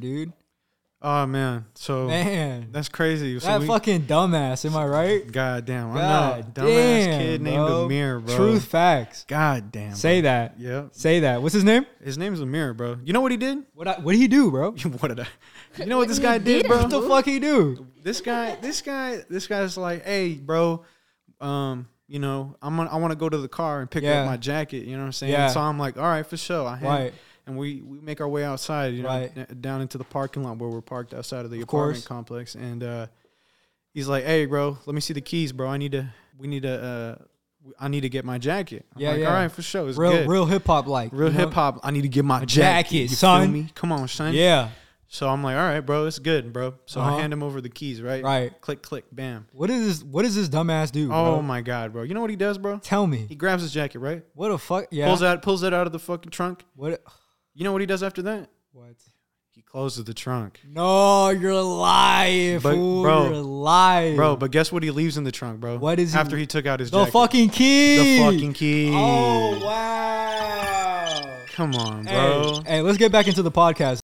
dude. Oh man, so Man, that's crazy. So that we- fucking dumbass. Am I right? God damn, I'm God not a dumbass damn, kid named bro. Amir, bro. Truth facts. God damn. Say that. bro. Yep. Say that. What's his name? His name's Amir, bro. You know what he did? What? I, what did he do, bro? what did I? You know what this he guy did, did, bro? What the fuck he do? This guy, this guy, this guy's like, hey, bro, um, you know, I'm gonna, I want to go to the car and pick Yeah. up my jacket. You know what I'm saying? Yeah. So I'm like, all right, for sure. I hand- Right. And we, we make our way outside, you know, Right. d- down into the parking lot where we're parked outside of the Of apartment course. complex. And uh, he's like, hey, bro, let me see the keys, bro. I need to, we need to, uh, I need to get my jacket. I'm Yeah, like, yeah. all right, for sure. It's Real, good. real hip hop like. Real you know? hip hop. I need to get my jacket, jacket, you feel son. me? Come on, son. Yeah. So I'm like, all right, bro, it's good, bro. So Uh-huh. I hand him over the keys, right? Right. Click, click, bam. What is this? What does this dumbass do? Oh bro? my god, bro. You know what he does, bro? Tell He me. grabs his jacket, right? What the fuck? Yeah. Pulls that, pulls that out of the fucking trunk. What? You know what he does after that? What? He closes the trunk, No, you're lying, But, fool. bro, you're lying, bro. But guess what? He leaves in the trunk, bro. What is he- after he took out his The jacket? fucking key. the fucking key. Oh wow. come on, bro. Hey, hey, let's get back into the podcast.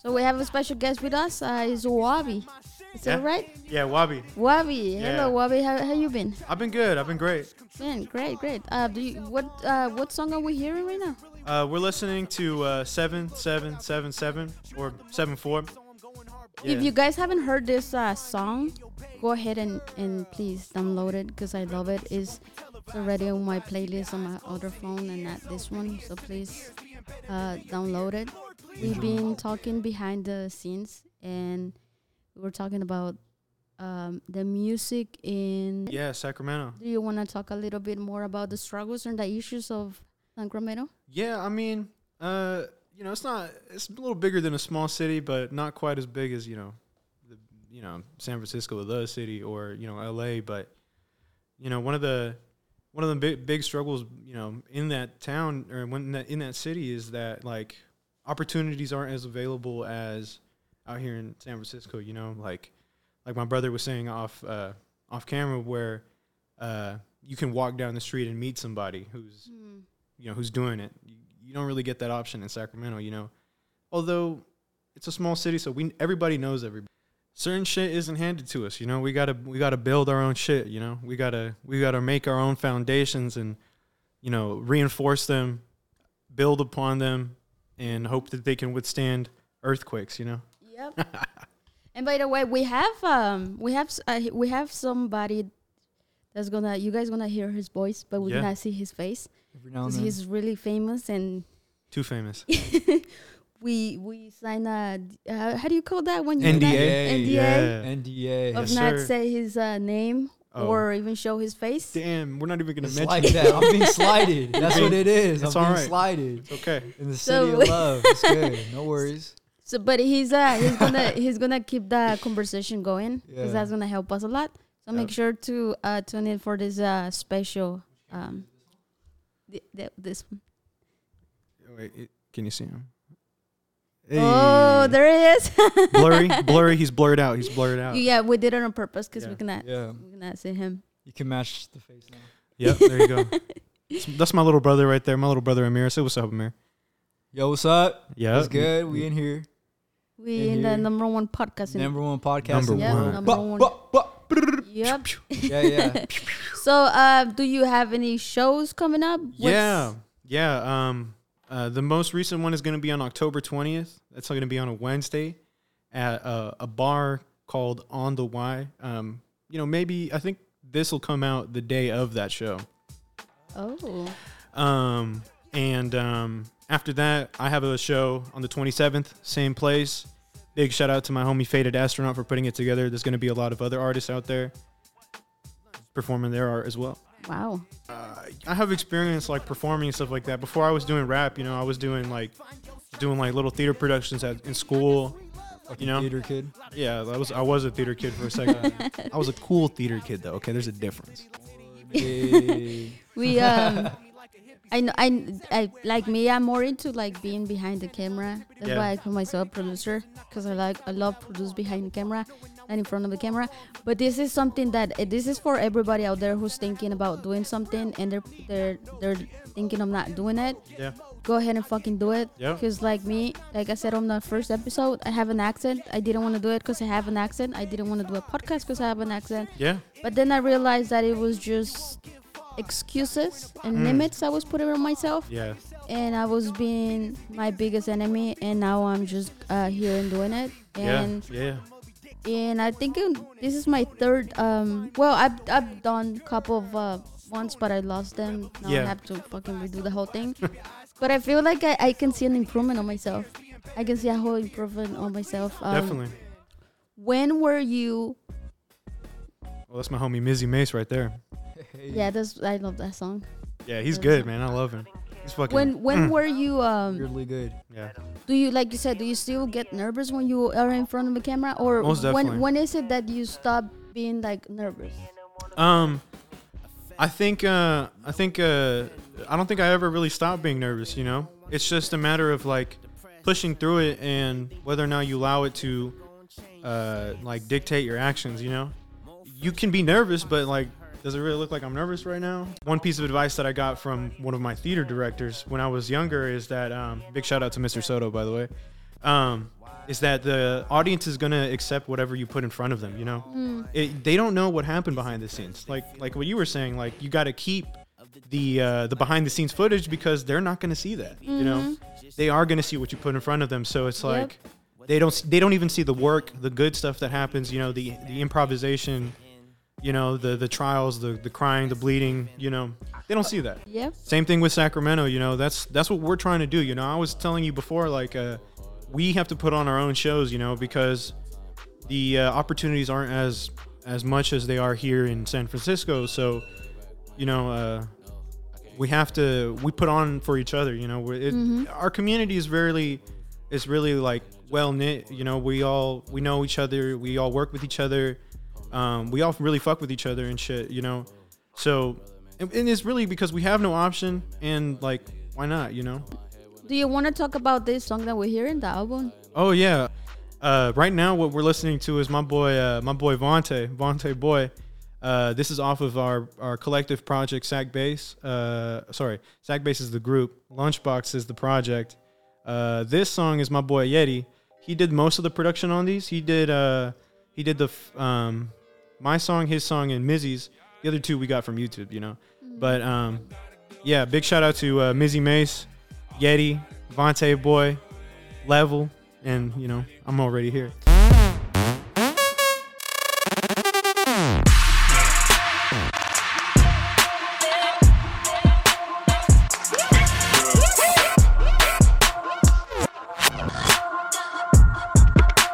So we have a special guest with us. Uh, is Wabi. Is that Yeah. right? Yeah, Wabi. Wabi. Hello, Yeah. Wabi. How how you been? I've been good. I've been great. Man, great, great. Uh, do you, what uh, what song are we hearing right now? Uh, we're listening to uh, seven, seven, seven, seven, or seven four. If you guys haven't heard this uh, song, go ahead and, and please download it because I love it. It's already on my playlist on my other phone and not this one. So please uh, download it. Mm-hmm. We've been talking behind the scenes and we were talking about um, the music in. yeah, Sacramento. Do you want to talk a little bit more about the struggles and the issues of Sacramento? Yeah, I mean, uh, you know, it's not it's a little bigger than a small city, but not quite as big as you know, the, you know, San Francisco, the city, or you know, L.A. But you know, one of the one of the big, big struggles, you know, in that town or when in that, in that city is that like opportunities aren't as available as out here in San Francisco. You know, like like my brother was saying off uh, off camera where uh, you can walk down the street and meet somebody who's you know who's doing it. You, you don't really get that option in Sacramento, you know. Although it's a small city, so we everybody knows everybody. Certain shit isn't handed to us, you know. We gotta we gotta build our own shit, you know. We gotta we gotta make our own foundations and you know reinforce them, build upon them, and hope that they can withstand earthquakes, you know. Yep. and by the way, we have um we have s- uh, we have somebody that's gonna you guys gonna hear his voice, but we Yeah. Oh, cannot see his face Every now and because then. he's really famous and Too famous. we we sign a d- uh, how do you call that when you do that? NDA. NDA Yeah. NDA. of Yes, not sir. say his uh, name Oh. or even show his face. Damn, we're not even gonna It's mention like it. that. I'm being slided. That's what it is. It's I'm all being right. slided Okay. in the So- city of love. It's good. No worries. So, but he's uh he's gonna he's gonna keep the conversation going because Yeah. that's gonna help us a lot. So make sure to uh tune in for this uh special um th- th- this one. Wait, it- can you see him? Oh, Hey. there he is. blurry, blurry. He's blurred out. He's blurred out. yeah, we did it on purpose because Yeah. we cannot Yeah. we cannot see him. You can match the face now. Yep, there you go. That's- That's my little brother right there. My little brother Amir. Say what's up, Amir. Yo, what's up? Yeah, It's good. We in here. In We in the here. number one podcast. in- Number one podcast. Number in the yeah, one. world. number Ba- one. ba- ba- Yep. Yeah, yeah. So, uh, do you have any shows coming up? What's- Yeah, yeah. Um, uh, the most recent one is going to be on October twentieth. That's going to be on a Wednesday at uh, a bar called On the Y. Um, you know, maybe I think this will come out the day of that show. Oh. Um, and um, after that, I have a show on the 27th, same place. Big shout out to my homie Faded Astronaut for putting it together. There's going to be a lot of other artists out there performing their art as well. Wow. Uh, I have experience like performing and stuff like that. Before I was doing rap, you know, I was doing like doing like little theater productions at, in school. Fucking You know? theater kid. Yeah, I was I was a theater kid for a second. I was a cool theater kid though. Okay, there's a difference. Hey. We um I know I, I like me I'm more into like being behind the camera. That's Yeah. why I call myself a producer because I like I love produce behind the camera and in front of the camera. But this is something that eh, this is for everybody out there who's thinking about doing something and they're they're they're thinking of not doing it. Yeah. Go ahead and fucking do it. Yeah. Because like me, like I said on the first episode, I have an accent. I didn't want to do it because I have an accent. I didn't want to do a podcast because I have an accent. Yeah. But then I realized that it was just excuses and Mm. limits I was putting on myself, Yeah. and I was being my biggest enemy. And now I'm just uh, here and doing it. Yeah. And Yeah. and I think it- this is my third. Um, well, I've I've done a couple of uh, ones, but I lost them. Now Yeah. I have to fucking redo the whole thing. but I feel like I, I can see an improvement on myself. I can see a whole improvement on myself. Um, Definitely. When were you? Well, that's my homie Mizzy Mace right there. Hey. Yeah, that's I love that song. Yeah, he's good, man. I love him. He's fucking. when Mm. when were you um Weirdly good. yeah. do you like you said do you still get nervous when you are in front of a camera or Most when definitely. when is it that you stop being like nervous Um, I think uh, I think uh, I don't think I ever really stopped being nervous. You know, it's just a matter of like pushing through it and whether or not you allow it to uh, like dictate your actions. You know, you can be nervous, but like. Does it really look like I'm nervous right now? One piece of advice that I got from one of my theater directors when I was younger is that um, big shout out to Mr. Soto, by the way, um, is that the audience is gonna accept whatever you put in front of them. You know, it, they don't know what happened behind the scenes. Like like what you were saying, like you got to keep the uh, the behind the scenes footage because they're not going to see that. You know, they are going to see what you put in front of them. So it's Yep. like they don't s- they don't even see the work, the good stuff that happens. You know, the the improvisation. You know, the the trials, the the crying, the bleeding. You know, they don't see that. yep Same thing with Sacramento. You know, that's that's what we're trying to do. You know, I was telling you before, like uh, we have to put on our own shows. You know, because the uh, opportunities aren't as as much as they are here in San Francisco. So, you know, uh, we have to we put on for each other. You know, We're- it, our community is really is really like well knit. You know, we all we know each other. We all work with each other. Um, we all really fuck with each other and shit. You know, so and, and it's really because we have no option and like why not? You know. do you want to talk about this song that we're hearing the album Oh yeah. Uh, right now, what we're listening to is my boy, uh, my boy Vontae, Vontae boy. Uh, this is off of our, our collective project, Sack Base. Uh, sorry, Sack Base is the group. Lunchbox is the project. Uh, this song is my boy Yeti. He did most of the production on these. He did uh, he did the f- um, my song, his song, and Mizzy's. The other two we got from YouTube, you know. But um, yeah, big shout out to uh, Mizzy Mace, Yeti, Vontae boy, level and you know i'm already here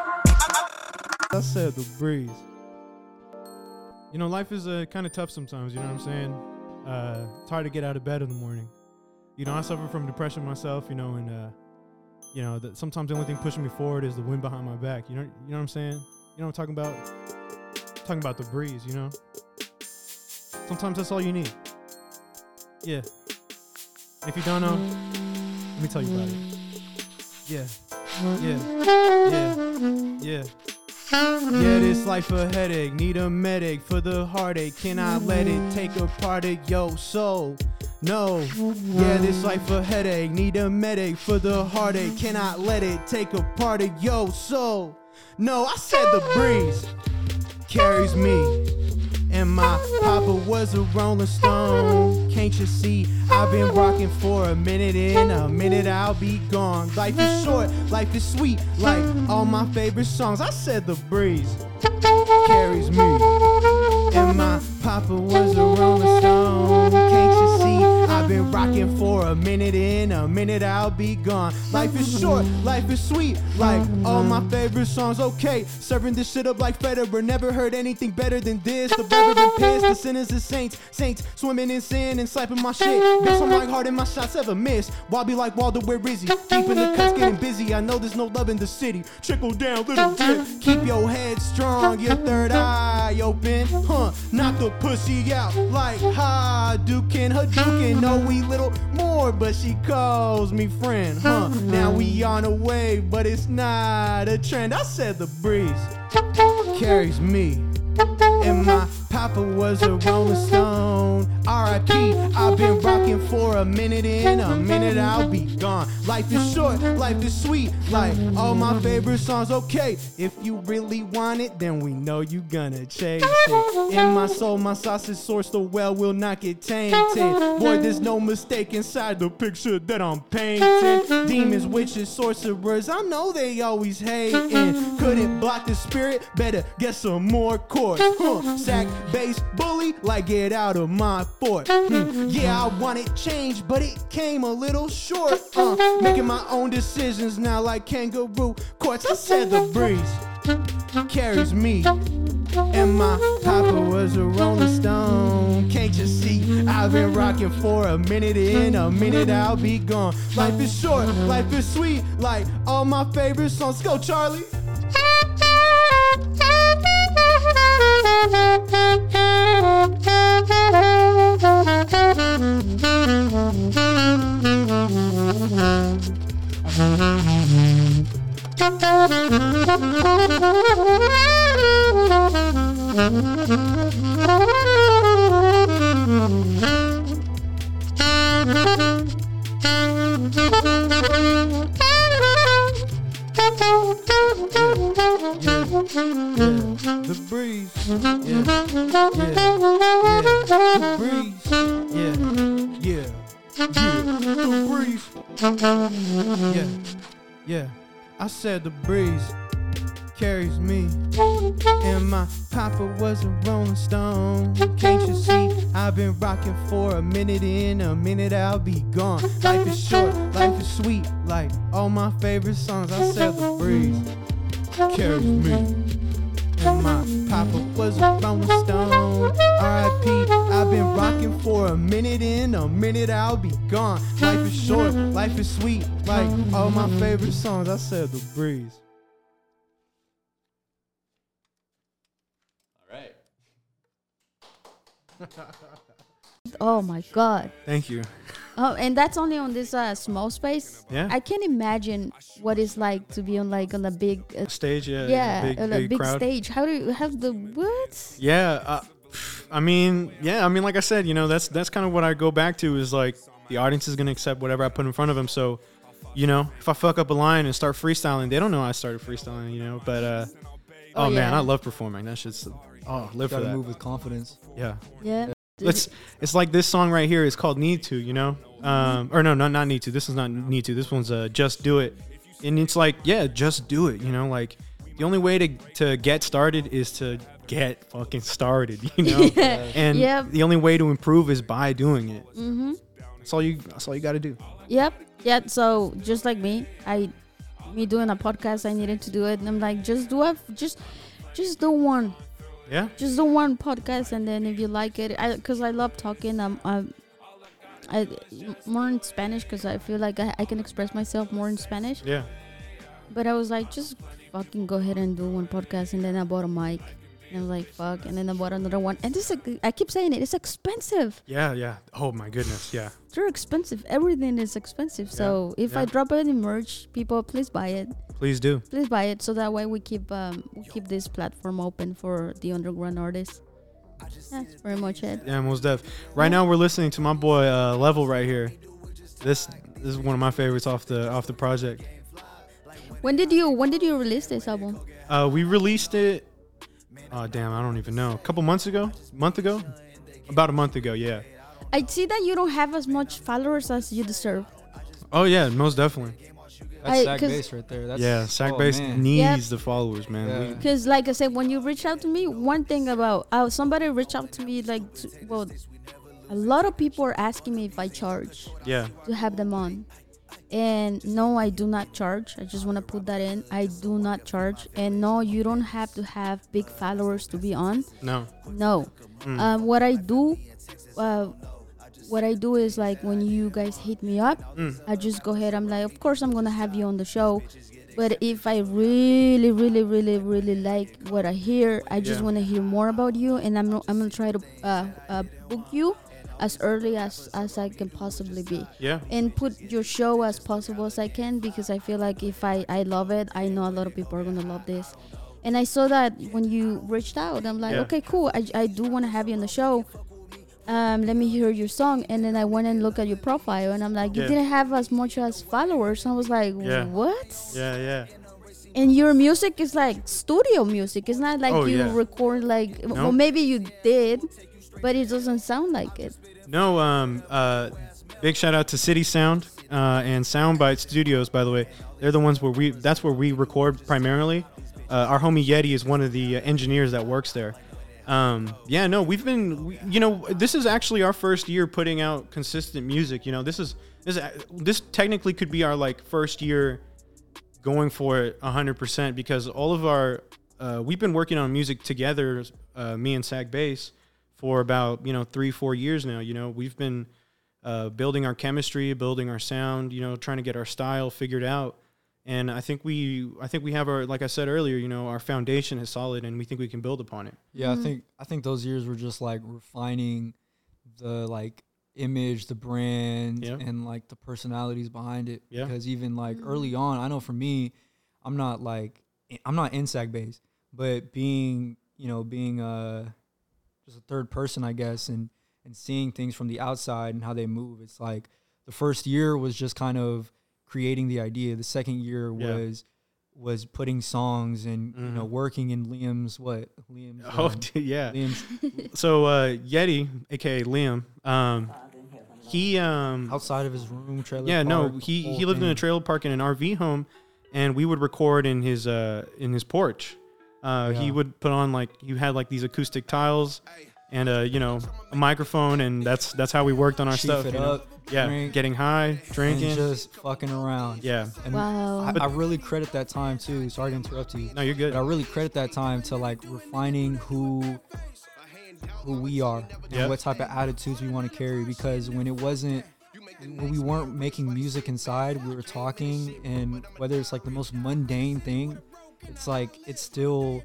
i said the breeze you know life is uh, kind of tough sometimes you know what i'm saying uh, it's hard to get out of bed in the morning you know i suffer from depression myself you know and uh, you know, that sometimes the only thing pushing me forward is the wind behind my back. You know, you know what I'm saying? You know what I'm talking about? talking about the breeze. You know, sometimes that's all you need. Yeah. And if you don't know, let me tell you about it. Yeah. Yeah. Yeah. Yeah. Yeah, this life a headache. Need a medic for the heartache. Can I let it take a part of your soul? No. Yeah, this life a headache. Need a medic for the heartache. Can I let it take a part of your soul? No, I said the breeze carries me. And my papa was a rolling stone. Can't you see? I've been rocking for a minute in a minute I'll be gone. Life is short, life is sweet, like all my favorite songs. I said the breeze carries me. And my papa Papa was a rolling stone. Can't you see? I've been rocking for a minute in, a minute I'll be gone. Life is short, life is sweet, like all my favorite songs. Okay, serving this shit up like Federer. Never heard anything better than this. The reverend pissed, the sinners and saints, saints swimming in sin and slapping my shit. Bitch, I'm like hard and my shots ever miss. Wobby like Waldo, where is he? Deep in the cuts, getting busy. I know there's no love in the city. Trickle down, little drip. Keep your head strong, your third eye open. Huh, knock the pussy out like Hadouken, Hadouken. Know we little more, but she calls me friend. Huh, now we on a wave, but it's not a trend. I said the breeze carries me. And my papa was a rolling stone. R.I.P. I've been rocking for a minute in a minute I'll be gone. Life is short, life is sweet, like all my favorite songs. Okay, if you really want it, then we know you gonna chase it. In my soul, my sausage source, the well will not get tainted. Boy, there's no mistake inside the picture that I'm painting. Demons, witches, sorcerers, I know they always hating. Couldn't block the spirit, better get some more chords. Huh. Sack, bass, bully, like get out of my fort. Hmm. Yeah, I wanted change, but it came a little short. Uh, making my own decisions now, like kangaroo courts. I said the breeze carries me. And my papa was a rolling stone. Can't you see? I've been rocking for a minute in, a minute I'll be gone. Life is short, life is sweet, like all my favorite songs. Go, Charlie! The breeze. Yeah. Yeah. The breeze. Yeah. Yeah. Yeah. The breeze. Yeah. Yeah. I said the breeze carries me. And my papa was a rolling stone. Can't you see? I've been rocking for a minute in, a minute I'll be gone. Life is short, life is sweet, like all my favorite songs. I said the breeze carries me. And my papa was a rolling stone. RIP, I've been rocking for a minute in, a minute I'll be gone. Life is short, life is sweet, like all my favorite songs. I said the breeze. All right. Oh my god. Thank you. Oh, and that's only on this uh, small space. Yeah. I can't imagine what it's like to be on like on a big, uh, Stage, yeah. yeah, Big, on a big, big crowd. stage. How do you have the what? Yeah, uh, I mean, yeah, I mean, like I said, you know, that's that's kind of what I go back to is like the audience is gonna accept whatever I put in front of them. So, you know, if I fuck up a line and start freestyling, they don't know I started freestyling, you know. But uh, oh, Oh, man, yeah. I love performing. That shit's oh, live for Gotta that. move with confidence. Yeah, Yeah. let's. It's like this song right here is called "Need to," you know. Um, or no, not not "Need to." This is not "Need to." This one's uh, "Just Do It," and it's like, yeah, just do it. You know, like the only way to to get started is to get fucking started. You know, and Yep. the only way to improve is by doing it. Mm-hmm. That's all you. That's all you got to do. Yep. Yeah. So just like me, I me doing a podcast, I needed to do it, and I'm like, just do it, just just do one, Yeah. just do one podcast, and then if you like it, I because I love talking. Um, I, I more in Spanish because I feel like I, I can express myself more in Spanish. Yeah. But I was like, just fucking go ahead and do one podcast, and then I bought a mic. And I was like, fuck, and then I bought another one. And this, like, I keep saying it, it's expensive. Yeah. Yeah. Oh my goodness. Yeah. They're expensive. Everything is expensive. So if I yeah. drop any merch, people, please buy it. Please do. please buy it so that way we keep um, we keep this platform open for the underground artists that's pretty much it Yeah, most def. Right now we're listening to my boy uh, Level right here. This this is one of my favorites off the off the project. when did you when did you release this album Uh, we released it. Oh damn, I don't even know. A couple months ago, month ago, about a month ago. Yeah. i see that you don't have as much followers as you deserve Oh yeah, most definitely. That's I- sack 'cause- bass right there. That's yeah, sack oh, base man. needs Yep. the followers, man. Yeah. We- Because, like I said, when you reach out to me, one thing about uh, somebody reached out to me, like, to, well, a lot of people are asking me if I charge yeah. to have them on. And no, I do not charge. I just want to put that in. I do not charge. And no, you don't have to have big followers to be on. No. No. Um, what I do, uh, what I do is like when you guys hit me up, I just go ahead. I'm like, of course I'm gonna have you on the show, but if I really, really, really, really like what I hear, I just Yeah. want to hear more about you, and I'm I'm gonna try to uh, uh, book you as early as as I can possibly be Yeah. and put your show as possible as I can because I feel like if I I love it, I know a lot of people are gonna love this. And I saw that when you reached out, I'm like, Yeah. okay, cool. I, I do want to have you on the show. Um, let me hear your song. And then I went and looked at your profile, and I'm like, you Yeah. didn't have as much as followers. And I was like, Yeah. what? Yeah. Yeah. And your music is like studio music. It's not like Oh, you yeah. record like, No. well, maybe you did, but it doesn't sound like it. No, um, uh, big shout out to City Sound uh, and Soundbite Studios. By the way, they're the ones where we that's where we record primarily. Uh, our homie Yeti is one of the uh, engineers that works there. Um, yeah, no, we've been, we, you know, this is actually our first year putting out consistent music. You know, this is this uh, this technically could be our like first year going for it 100% because all of our uh, we've been working on music together uh, me and sack bass for about you know three four years now you know we've been uh, building our chemistry building our sound you know trying to get our style figured out and i think we i think we have our like i said earlier you know our foundation is solid and we think we can build upon it Yeah, I think I think those years were just like refining the like image, the brand, Yeah. and like the personalities behind it. Yeah. Because even like early on, I know for me, I'm not like i- I'm not in SAC based, but being you know being uh just a third person, I guess, and and seeing things from the outside and how they move. It's like the first year was just kind of creating the idea. The second year Yeah. was was putting songs and you know Mhm. working in Liam's what Liam's oh um, dude, yeah Liam's so uh yeti aka liam um he um outside of his room trailer. yeah no park, the he whole he lived in a thing. trailer park in an rv home and we would record in his uh in his porch uh he Yeah. would put on like he had like these acoustic tiles and uh you know a microphone and that's that's how we worked on our Chief stuff it you know? up, yeah drink, getting high and drinking just fucking around. yeah And Wow. I, I really credit that time too. Sorry to interrupt you. no you're good But I really credit that time to like refining who who we are and Yeah. what type of attitudes we want to carry because when it wasn't when we weren't making music inside, we were talking and whether it's like the most mundane thing, it's like it's still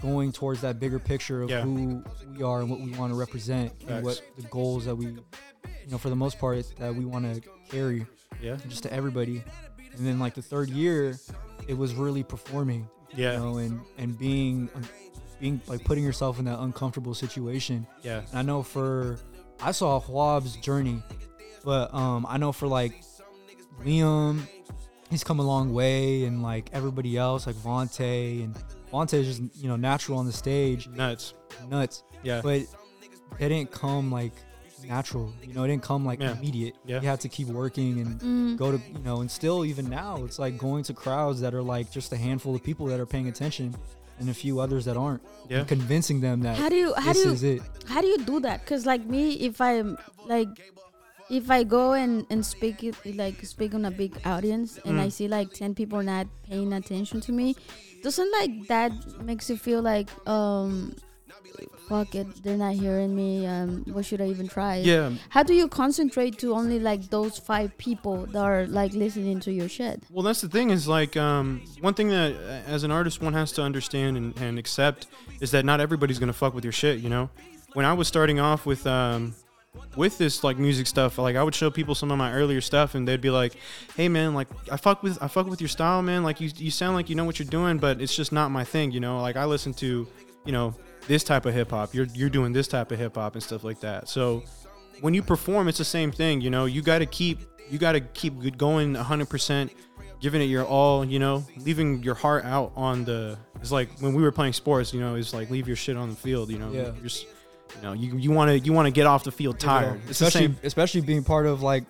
going towards that bigger picture of Yeah. who we are and what we want to represent Facts. and what the goals that we you know for the most part it's that we want to carry yeah just to everybody. And then like the third year, it was really performing yeah you know, and and being being like putting yourself in that uncomfortable situation. yeah And I know for I saw Huab's journey, but um, I know for like Liam, he's come a long way, and like everybody else, like Vontae and Vontae is just you know natural on the stage, nuts nuts, yeah but they didn't come like natural, you know, it didn't come like Yeah. immediate. Yeah. You had to keep working and Mm. go to you know and still even now it's like going to crowds that are like just a handful of people that are paying attention and a few others that aren't Yeah. and convincing them that How do you how this do you is it how do you do that because like me if i'm like if i go and and speak it like speak on a big audience and Mm. i see like 10 people not paying attention to me doesn't like that makes you feel like um fuck it they're not hearing me um what should i even try yeah how do you concentrate to only like those five people that are like listening to your shit Well, that's the thing is like um, one thing that uh, as an artist one has to understand and, and accept is that not everybody's gonna fuck with your shit. You know, when I was starting off with um, with this like music stuff, like I would show people some of my earlier stuff and they'd be like, "Hey man, like I fuck with I fuck with your style, man. Like you you sound like you know what you're doing, but it's just not my thing. You know, like I listen to you know this type of hip hop. You're you're doing this type of hip hop and stuff like that. So when you perform, it's the same thing. You know, you got to keep you got to keep good- going 100 percent, giving it your all. You know, leaving your heart out on the. It's like when we were playing sports. You know, it's like leave your shit on the field. You know, Yeah. You're s- you know, you you want to you want to get off the field tired. It's the especially same. especially being part of like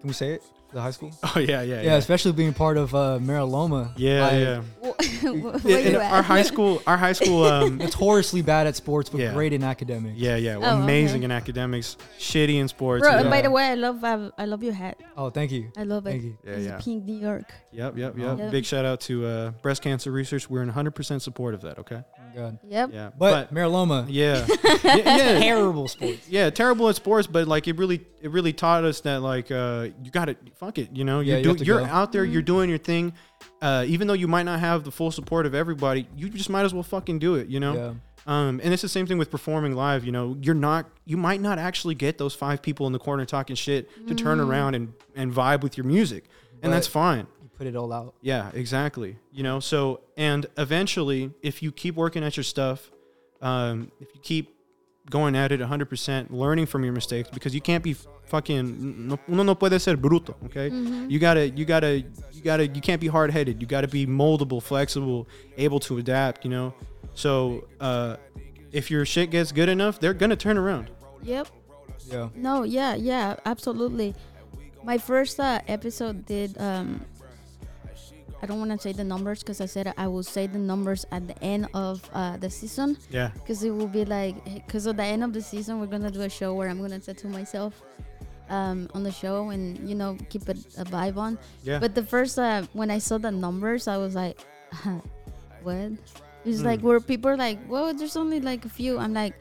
can we say it the high school. Oh yeah, yeah, Yeah, yeah. especially being part of uh, Mariloma. Yeah, Like, yeah. Where And- and you our at? high school, our high school, um, Notoriously bad at sports, but Yeah. great in academics. yeah, yeah, Oh, amazing okay. in academics, shitty in sports. Bro, yeah. by the way, I love I, I love your hat. Oh, thank you. I love it. Thank you. yeah, it's yeah. pink New York. Yep, yep, yep. Yep. Big shout out to uh, breast cancer research. We're in 100% support of that. Okay. Oh my God. Yep. Yeah. But, Mariloma, yeah, yeah, yeah, terrible sports. yeah, terrible at sports, but like it really, it really taught us that like uh, you got to fuck it. You know, Yeah, you're you do- have to you're go. out there, you're doing your thing. Uh, even though you might not have the full support of everybody, you just might as well fucking do it. You know. Yeah. Um, and it's the same thing with performing live. You know, you're not, you might not actually get those five people in the corner talking shit to turn around and and vibe with your music, and that's But- fine. You put it all out. Yeah, exactly. You know, so and eventually, if you keep working at your stuff, um, if you keep going at it 100%, learning from your mistakes, because you can't be fucking no, uno no puede ser bruto. Okay, Mm-hmm. you gotta, you gotta, you gotta, you can't be hard headed. You gotta be moldable, flexible, able to adapt. You know, so uh, if your shit gets good enough, they're gonna turn around. Yep. Yeah. No, yeah, yeah, absolutely. My first uh, episode did. Um, I don't want to say the numbers because I said I will say the numbers at the end of uh, the season Yeah, because it will be like because at the end of the season we're gonna do a show where I'm gonna tattoo myself um, on the show and you know keep it a vibe on. yeah, But the first uh, when I saw the numbers, I was like, what? It's Hmm. like where people are like, well, there's only like a few. I'm like,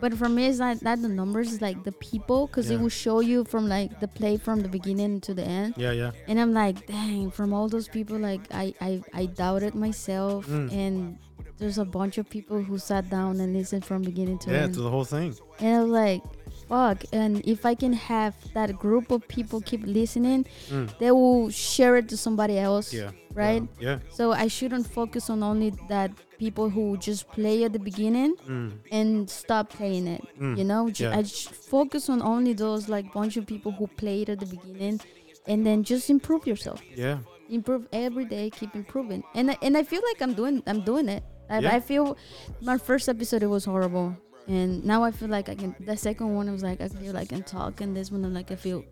but for me, it's not that the numbers, it's like the people, because Yeah. it will show you from like the play from the beginning to the end. yeah, yeah, And I'm like, dang, from all those people, like I, I, I doubted myself. Hmm. And there's a bunch of people who sat down and listened from beginning to yeah, end. to the whole thing. And I was like, fuck. And if I can have that group of people keep listening, Mm. they will share it to somebody else. Yeah. Right? Yeah, So I shouldn't focus on only that people who just play at the beginning mm, and stop playing it. Mm. You know, Ju- Yeah. I just focus on only those like bunch of people who played at the beginning and then just improve yourself. yeah, Improve every day, keep improving. And I, and I feel like I'm doing I'm doing it. I, Yeah. I feel my first episode it was horrible. And now I feel like I can the second one I was like I feel like I can talk and this one I'm like I feel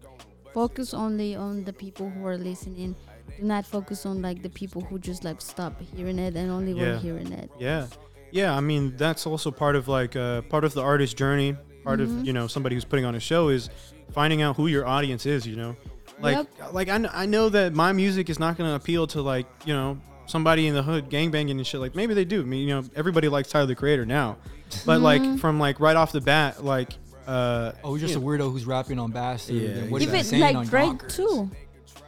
focus only on the people who are listening. Do not focus on like the people who just like stop hearing it and only Yeah. were hearing it. Yeah, yeah. I mean, that's also part of like uh, part of the artist journey. Part Mm-hmm. of you know somebody who's putting on a show is finding out who your audience is. You know, like like I, kn- I know that my music is not going to appeal to like you know somebody in the hood gangbanging and shit. Like maybe they do. I mean, you know, everybody likes Tyler the Creator now, but Mm-hmm. like from like right off the bat, like uh, Oh, you're just a weirdo who's rapping on bastard. Yeah, and what is Even that saying on like Drake Yonkers? too.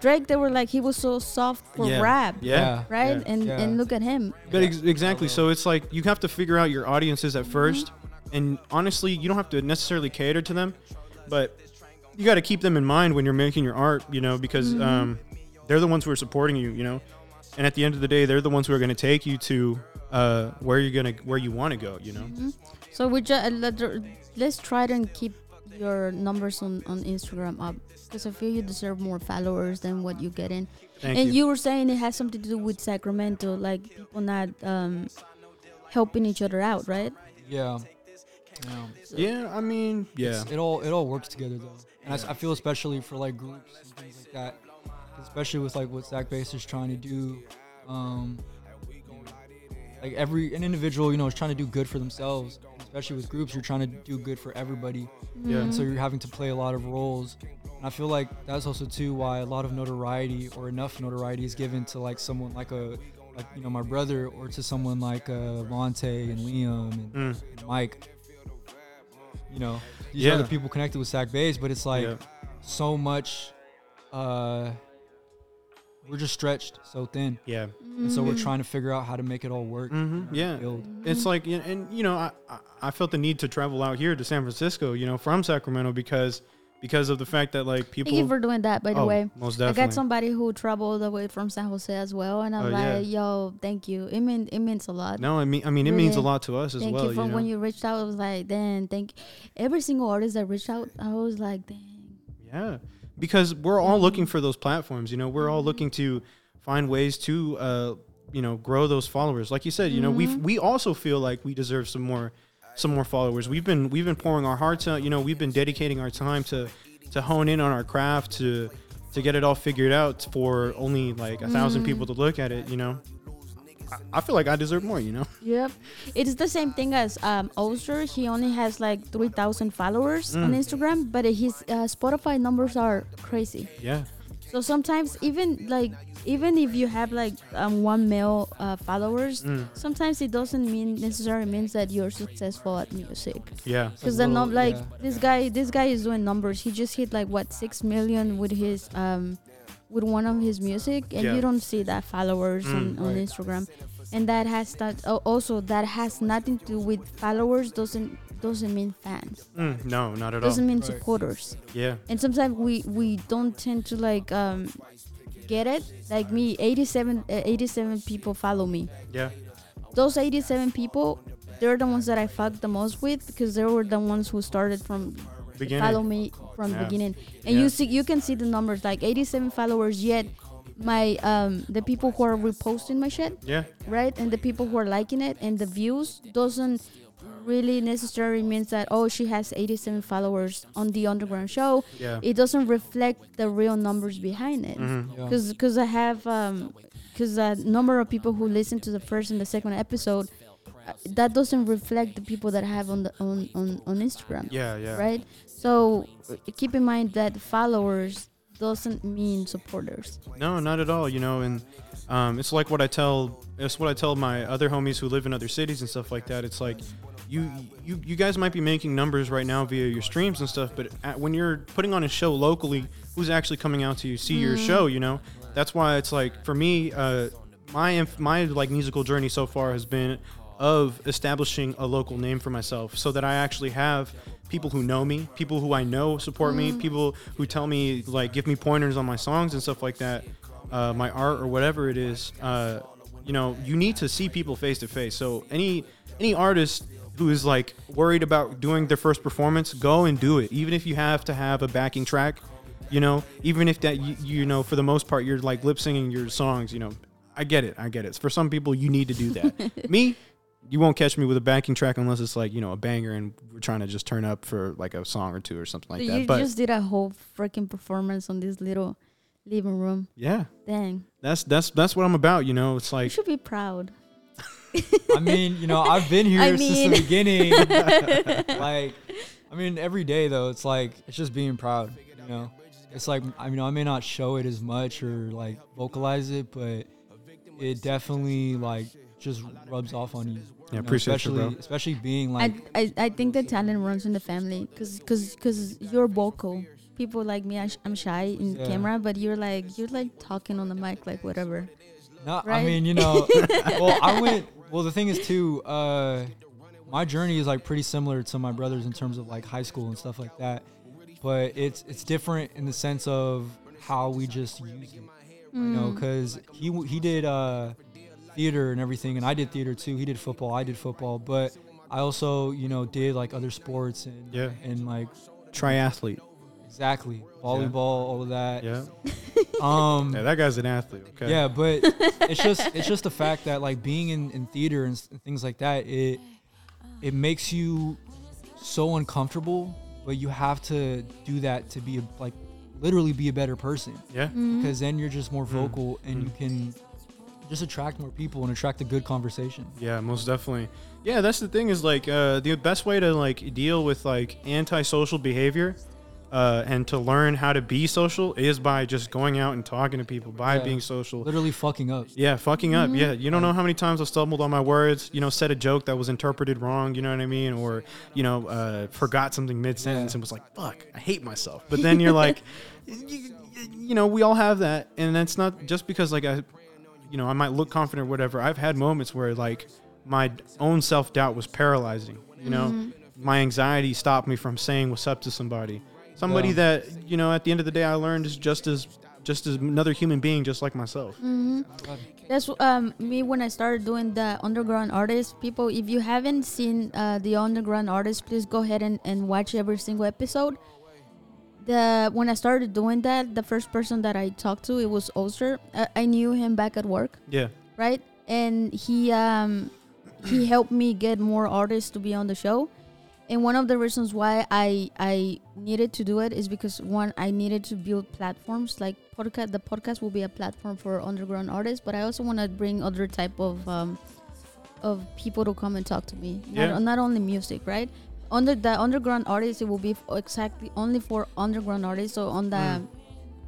Drake they were like he was so soft for yeah, rap. yeah, Right? yeah. And Yeah. and look at him. But ex- exactly. So it's like you have to figure out your audiences at 1st and honestly, you don't have to necessarily cater to them, but you got to keep them in mind when you're making your art, you know, because um, they're the ones who are supporting you, you know, and at the end of the day, they're the ones who are going to take you to uh, where you're gonna where you want to go, you know. So we just let's try and keep your numbers on, on Instagram up because I feel you deserve more followers than what you get in. Thank and you. you. were saying it has something to do with Sacramento, like people not um, helping each other out, right? Yeah. Yeah. Yeah, I mean, yeah, It's- It all it all works together though, and I s- I, feel especially for like groups and things like that, especially with like what Zach Bass is trying to do. Um, you know, like every an individual, you know, is trying to do good for themselves. Especially with groups, you're trying to do good for everybody, yeah, and so you're having to play a lot of roles. And I feel like that's also too why a lot of notoriety or enough notoriety is given to like someone like a like you know my brother or to someone like uh, Monte and Liam and Mm, Mike, you know, these Yeah. other people connected with Sack Bays, but it's like yeah, so much. Uh, we're just stretched so thin, yeah. and so we're trying to figure out how to make it all work. Mhm, yeah. build. It's like, and, and you know, I, I- I felt the need to travel out here to San Francisco, you know, from Sacramento because because of the fact that like people. Thank you for doing that, by the Oh, way. most I definitely. got somebody who traveled all the way from San Jose as well, and I'm Oh, yeah. like, yo, thank you. It mean it means a lot. No, I mean, I mean, it means a Really? lot to us as thank well. you for know? when you reached out. I was like, damn, thank every single artist that reached out. I was like, dang, yeah, because we're all looking for those platforms. You know, we're all looking to find ways to, uh, you know, grow those followers. Like you said, you know, we Mm-hmm. we also feel like we deserve some more, some more followers. We've been we've been pouring our hearts out. You know, we've been dedicating our time to to hone in on our craft to to get it all figured out for only like a Mm-hmm. thousand people to look at it, you know, I, I feel like I deserve more, you know. Yep. It's the same thing as um, Oster. He only has like 3,000 followers on Instagram, but his uh, Spotify numbers are crazy. Yeah. So sometimes even like even if you have like um, one mil uh, followers, sometimes it doesn't mean necessarily means that you're successful at music. Yeah. Because the Well, num um, like yeah. this guy this guy is doing numbers. He just hit like what six million with his um with one of his music, and Yeah. you don't see that followers on, on Right. Instagram, and that has not oh, also that has nothing to do with followers. Doesn't doesn't mean fans. Mm, no, not at all. Doesn't mean Right. supporters Yeah. and sometimes we we don't tend to like um get it like me 87 uh, 87 people follow me Yeah. those 87 people they're the ones that i fucked the most with because they were the ones who started from Beginning. follow me from the Yeah. beginning and Yeah. you see you can see the numbers like 87 followers yet my um the people who are reposting my shit Yeah. right and the people who are liking it and the views doesn't really necessarily means that oh she has 87 followers on the underground show Yeah. Mm-hmm. it doesn't reflect the real numbers behind it Yeah. because i have um because the number of people who listen to the first and the second episode uh, that doesn't reflect the people that I have on the on on, on instagram Yeah. Yeah. right so uh, keep in mind that followers doesn't mean supporters No, not at all. You know, and um, it's like what I tell. It's what I tell my other homies who live in other cities and stuff like that. It's like you, you, you guys might be making numbers right now via your streams and stuff, but at, when you're putting on a show locally, who's actually coming out to see your show? You know, that's why it's like for me, uh, my inf- my like musical journey so far has been of establishing a local name for myself so that I actually have people who know me, people who I know support me, people who tell me like give me pointers on my songs and stuff like that, uh, my art or whatever it is. Uh, you know, you need to see people face to face. So any any artist who is like worried about doing their first performance, go and do it. Even if you have to have a backing track, you know, even if that you, you know for the most part you're like lip singing your songs, you know, I get it. I get it. For some people, you need to do that. me, you won't catch me with a backing track unless it's like you know a banger and we're trying to just turn up for like a song or two or something like So that. you but just did a whole freaking performance on this little living room yeah, dang that's that's that's what I'm about. You know, it's you like should be proud I mean, you know, I've been here I since mean- the beginning. like, I mean, every day though, it's like it's just being proud. You know, it's like I mean, I may not show it as much or like vocalize it, but it definitely like just rubs off on you. Yeah, you appreciate you, especially, bro. Especially being like, I, I, I think the talent runs in the family because cause, cause you're vocal. People like me, I sh- I'm shy in Yeah. camera, but you're like you're like talking on the mic, like whatever. No, I Right? mean, you know, well, I went. Well, the thing is, too, uh, my journey is like pretty similar to my brothers in terms of like high school and stuff like that, but it's it's different in the sense of how we just use it, you know, Mm. Mm. because he w- he did uh, theater and everything, and I did theater too. He did football, I did football, but I also you know did like other sports and Yeah. and like triathlete. exactly volleyball, all of that. Yeah, Um, yeah, that guy's an athlete. Okay. yeah, but it's just it's just the fact that like being in, in theater and s- and things like that, it it makes you so uncomfortable, but you have to do that to be a, like literally be a better person Yeah. Mm-hmm. because then you're just Mm. more vocal and you can just attract more people and attract a good conversation. Yeah, most definitely. Yeah, that's the thing is like uh, the best way to like deal with like antisocial behavior uh, and to learn how to be social is by just going out and talking to people, by Yeah. being social. Literally fucking up. Yeah, fucking up. Yeah, you don't Mm-hmm. know how many times I stumbled on my words. You know, said a joke that was interpreted wrong. You know what I mean? Or you know, uh, forgot something mid sentence Yeah. and was like, "Fuck, I hate myself." But then you're like, you, you know, we all have that, and that's not just because like I, you know, I might look confident or whatever. I've had moments where like my own self doubt was paralyzing. You know, Mm-hmm. Mm-hmm. my anxiety stopped me from saying what's up to somebody. Somebody Yeah. that you know, at the end of the day, I learned is just as just as another human being, just like myself. That's um me when I started doing the underground artist. People, if you haven't seen uh, the underground artist, please go ahead and, and watch every single episode. The when I started doing that, the first person that I talked to it was Oster. I, I knew him back at work. Yeah. right? And he um he helped me get more artists to be on the show. and one of the reasons why I I needed to do it is because one I needed to build platforms like podcast. The podcast will be a platform for underground artists, but I also want to bring other type of um, of people to come and talk to me. Yeah. Not, not only music, right? Under the underground artists, it will be f- exactly only for underground artists. So on the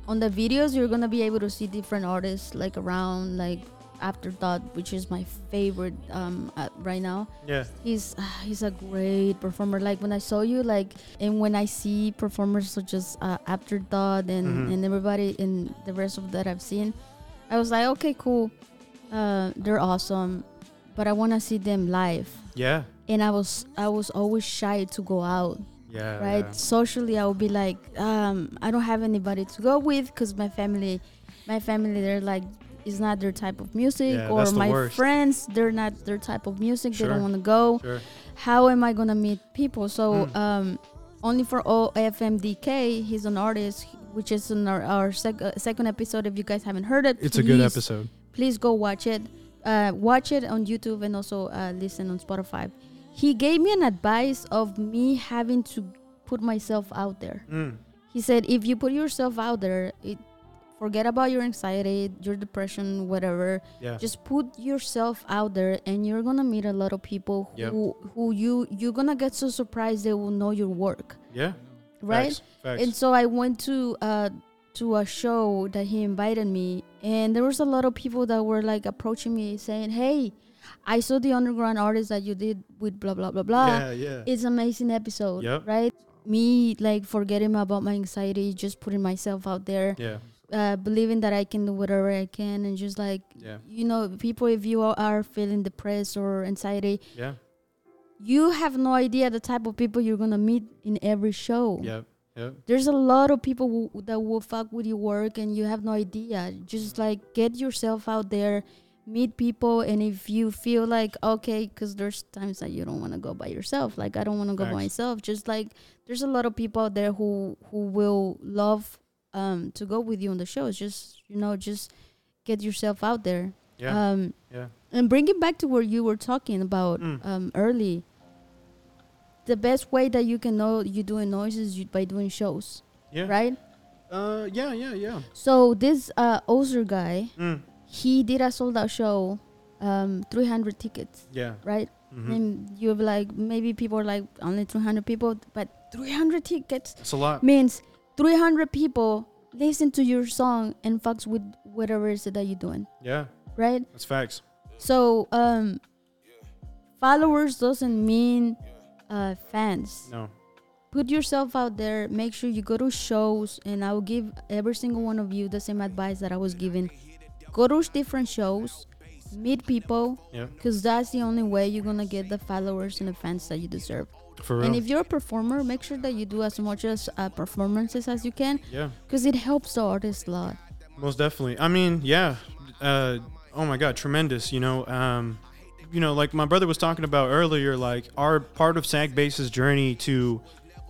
on the videos, you're gonna be able to see different artists like around like Afterthought, which is my favorite um, uh, right now Yeah. he's he's a great performer like when i saw you like and when i see performers such as uh, afterthought and Mhm. and everybody in the rest of that i've seen i was like okay cool uh they're awesome but i want to see them live Yeah. and i was i was always shy to go out Yeah. right yeah. socially i would be like um i don't have anybody to go with because my family my family they're like it's not their type of music Yeah, or that's the my worst. friends they're not their type of music they Sure. don't want to go Sure. how am I gonna meet people? So Mm. um, only for OFMDK, he's an artist, which is in our, our sec- uh, second episode. If you guys haven't heard it, It's a good please- episode. Please go watch it. Uh, watch it on YouTube and also uh, listen on Spotify. He gave me an advice of me having to put myself out there. Mm. He said, if you put yourself out there, it, forget about your anxiety, your depression, whatever Yeah. just put yourself out there and you're gonna meet a lot of people Yep. who who you you're gonna get so surprised they will know your work yeah. right Facts. Facts. and so i went to uh to a show that he invited me and there was a lot of people that were like approaching me saying hey i saw the underground artist that you did with blah blah blah blah yeah. Yeah. it's amazing episode Yep. right me like forgetting about my anxiety just putting myself out there yeah. uh, believing that I can do whatever I can and just like Yeah. you know people if you are feeling depressed or anxiety Yeah. you have no idea the type of people you're gonna meet in every show Yep. Yep. there's a lot of people who, that will fuck with your work and you have no idea just like get yourself out there meet people and if you feel like okay because there's times that you don't want to go by yourself like i don't want to go by Facts. myself just like there's a lot of people out there who who will love um to go with you on the shows just you know just get yourself out there Yeah. um yeah. and bring it back to what you were talking about Mm. um, early. The best way that you can know you're doing noise is you, by doing shows, Yeah. right? Uh, yeah. Yeah. Yeah. So this uh, Ozer guy, Mm. he did a sold out show, um, 300 tickets, Yeah. right? hmm And you're like, maybe people are like only 200 people, but 300 tickets It's a lot. means 300 people listen to your song and fucks with whatever it is that you're doing, Yeah. right? That's facts. So, um, followers doesn't mean uh, fans. No. Put yourself out there. Make sure you go to shows, and I will give every single one of you the same advice that I was giving. Go to different shows, meet people, Yeah. because that's the only way you're gonna get the followers and the fans that you deserve. For real. And if you're a performer, make sure that you do as much as uh, performances as you can, yeah. because it helps the artist a lot. Most definitely. I mean, yeah. Uh, oh my God, tremendous. You know, um, you know, like my brother was talking about earlier, like our part of Sag Base's journey to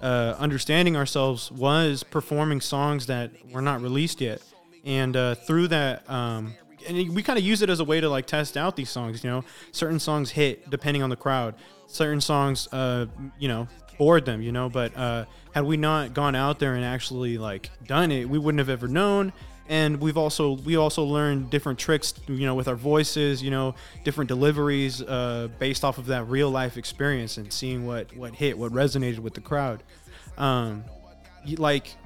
uh, understanding ourselves was performing songs that were not released yet, and uh, through that, um, and we kind of use it as a way to like test out these songs. You know, certain songs hit depending on the crowd. Certain songs, uh, you know, bored them. You know, but uh, had we not gone out there and actually like done it, we wouldn't have ever known and we've also we also learned different tricks you know with our voices you know different deliveries uh, based off of that real life experience and seeing what what hit what resonated with the crowd um y- like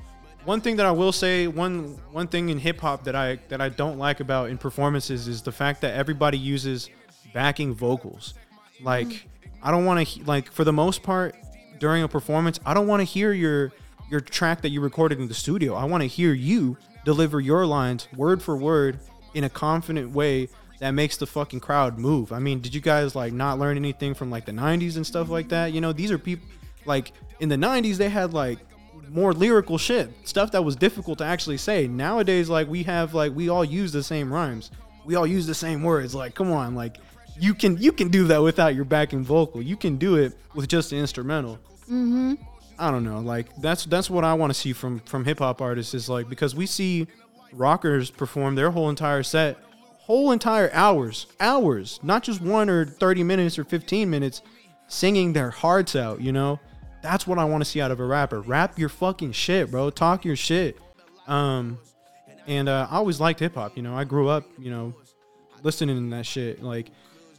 one thing that I will say one one thing in hip hop that I that I don't like about in performances is the fact that everybody uses backing vocals like I don't want to like for the most part during a performance I don't want to hear your your track that you recorded in the studio I want to hear you deliver your lines word for word in a confident way that makes the fucking crowd move I mean did you guys like not learn anything from like the 90s and stuff like that you know these are people like in the 90s they had like more lyrical shit stuff that was difficult to actually say nowadays like we have like we all use the same rhymes we all use the same words like come on like you can you can do that without your backing vocal you can do it with just an instrumental I don't know. Like that's that's what I want to see from from hip hop artists is like because we see rockers perform their whole entire set, whole entire hours, hours, not just one or thirty minutes or fifteen minutes, singing their hearts out. You know, That's what I want to see out of a rapper. Rap your fucking shit, bro. Talk your shit. Um, and uh, I always liked hip hop. You know, I grew up, you know, listening to that shit. Like,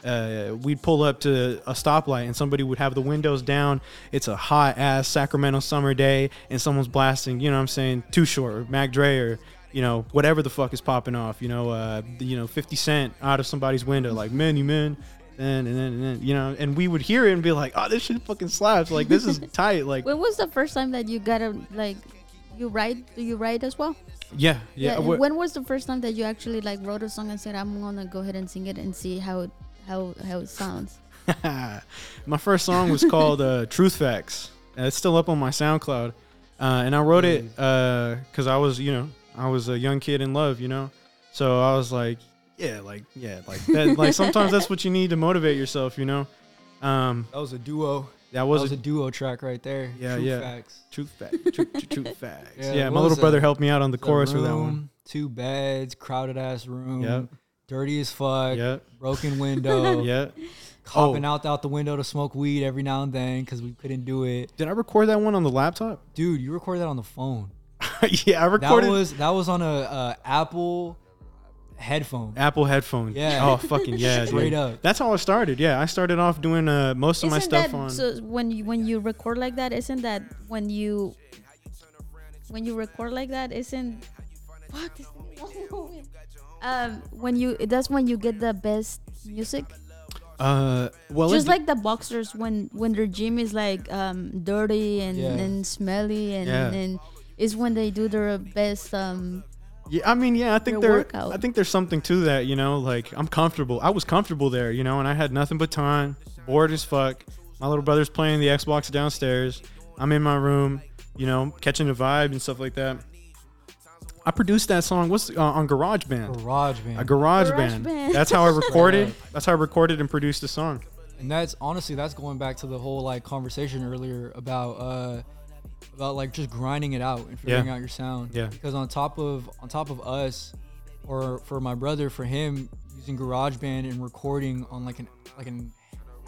uh, we'd pull up to a stoplight and somebody would have the windows down. It's a hot ass Sacramento summer day, and someone's blasting, you know what I'm saying, Too Short, or Mac Dre, or you know whatever the fuck is popping off. You know, uh, you know, 50 Cent out of somebody's window, like man, you man. And, and then, and then, you know, and we would hear it and be like, "Oh, this shit fucking slaps! Like, this is tight! Like, When was the first time that you got a like? You write? Do you write as well? yeah, yeah." wh- when was the first time that you actually like wrote a song and said, "I'm gonna go ahead and sing it and see how it how how it sounds"? my first song was called uh, Truth Facts. Uh, It's still up on my SoundCloud. Uh, and I wrote it Mm. because I was, you know, I was a young kid in love, you know? So I was like, yeah, like, yeah, like that. like sometimes that's what you need to motivate yourself, you know? Um, That was a duo. that That was, was a a duo track right there. Yeah, True yeah. Facts. truth fact. Truth, truth, truth facts. Yeah, Yeah, what my little was brother that? helped me out on the It's a chorus with that one. room, Two beds, crowded ass room. Yep. Dirty as fuck. Yeah, Broken window. yeah. Hopping Oh. out out the window to smoke weed every now and then because we couldn't do it. Did I record that one on the laptop? Dude, you recorded that on the phone. yeah, I That recorded was that was on a uh, Apple headphone. Apple headphones. Yeah. Oh, fucking yeah. Straight dude. up. That's how I started. Yeah, I started off doing uh, most of my Isn't stuff that on. so? When you when you record like that, isn't that when you when you record like that? Isn't fuck? this thing is wrong with- um, when you that's when you get the best music. uh, well, Just it- like the boxers when when their gym is like um dirty and Yeah. and smelly and Yeah. and is when they do their best um yeah, I mean, yeah, I think their there, workout. I think there's something to that. You know, like I'm comfortable. I was comfortable there. You know, and I had nothing but time, bored as fuck. My little brother's playing the Xbox downstairs. I'm in my room. You know, catching the vibe and stuff like that. I produced that song. What's uh, on GarageBand? Garage band. A garage, Garage band. Band. That's how I recorded. up. That's how I recorded and produced the song. and that's honestly that's going back to the whole like conversation earlier about uh about like just grinding it out and figuring Yeah. out your sound Yeah. because on top of on top of us or for my brother for him using garageband and recording on like an like an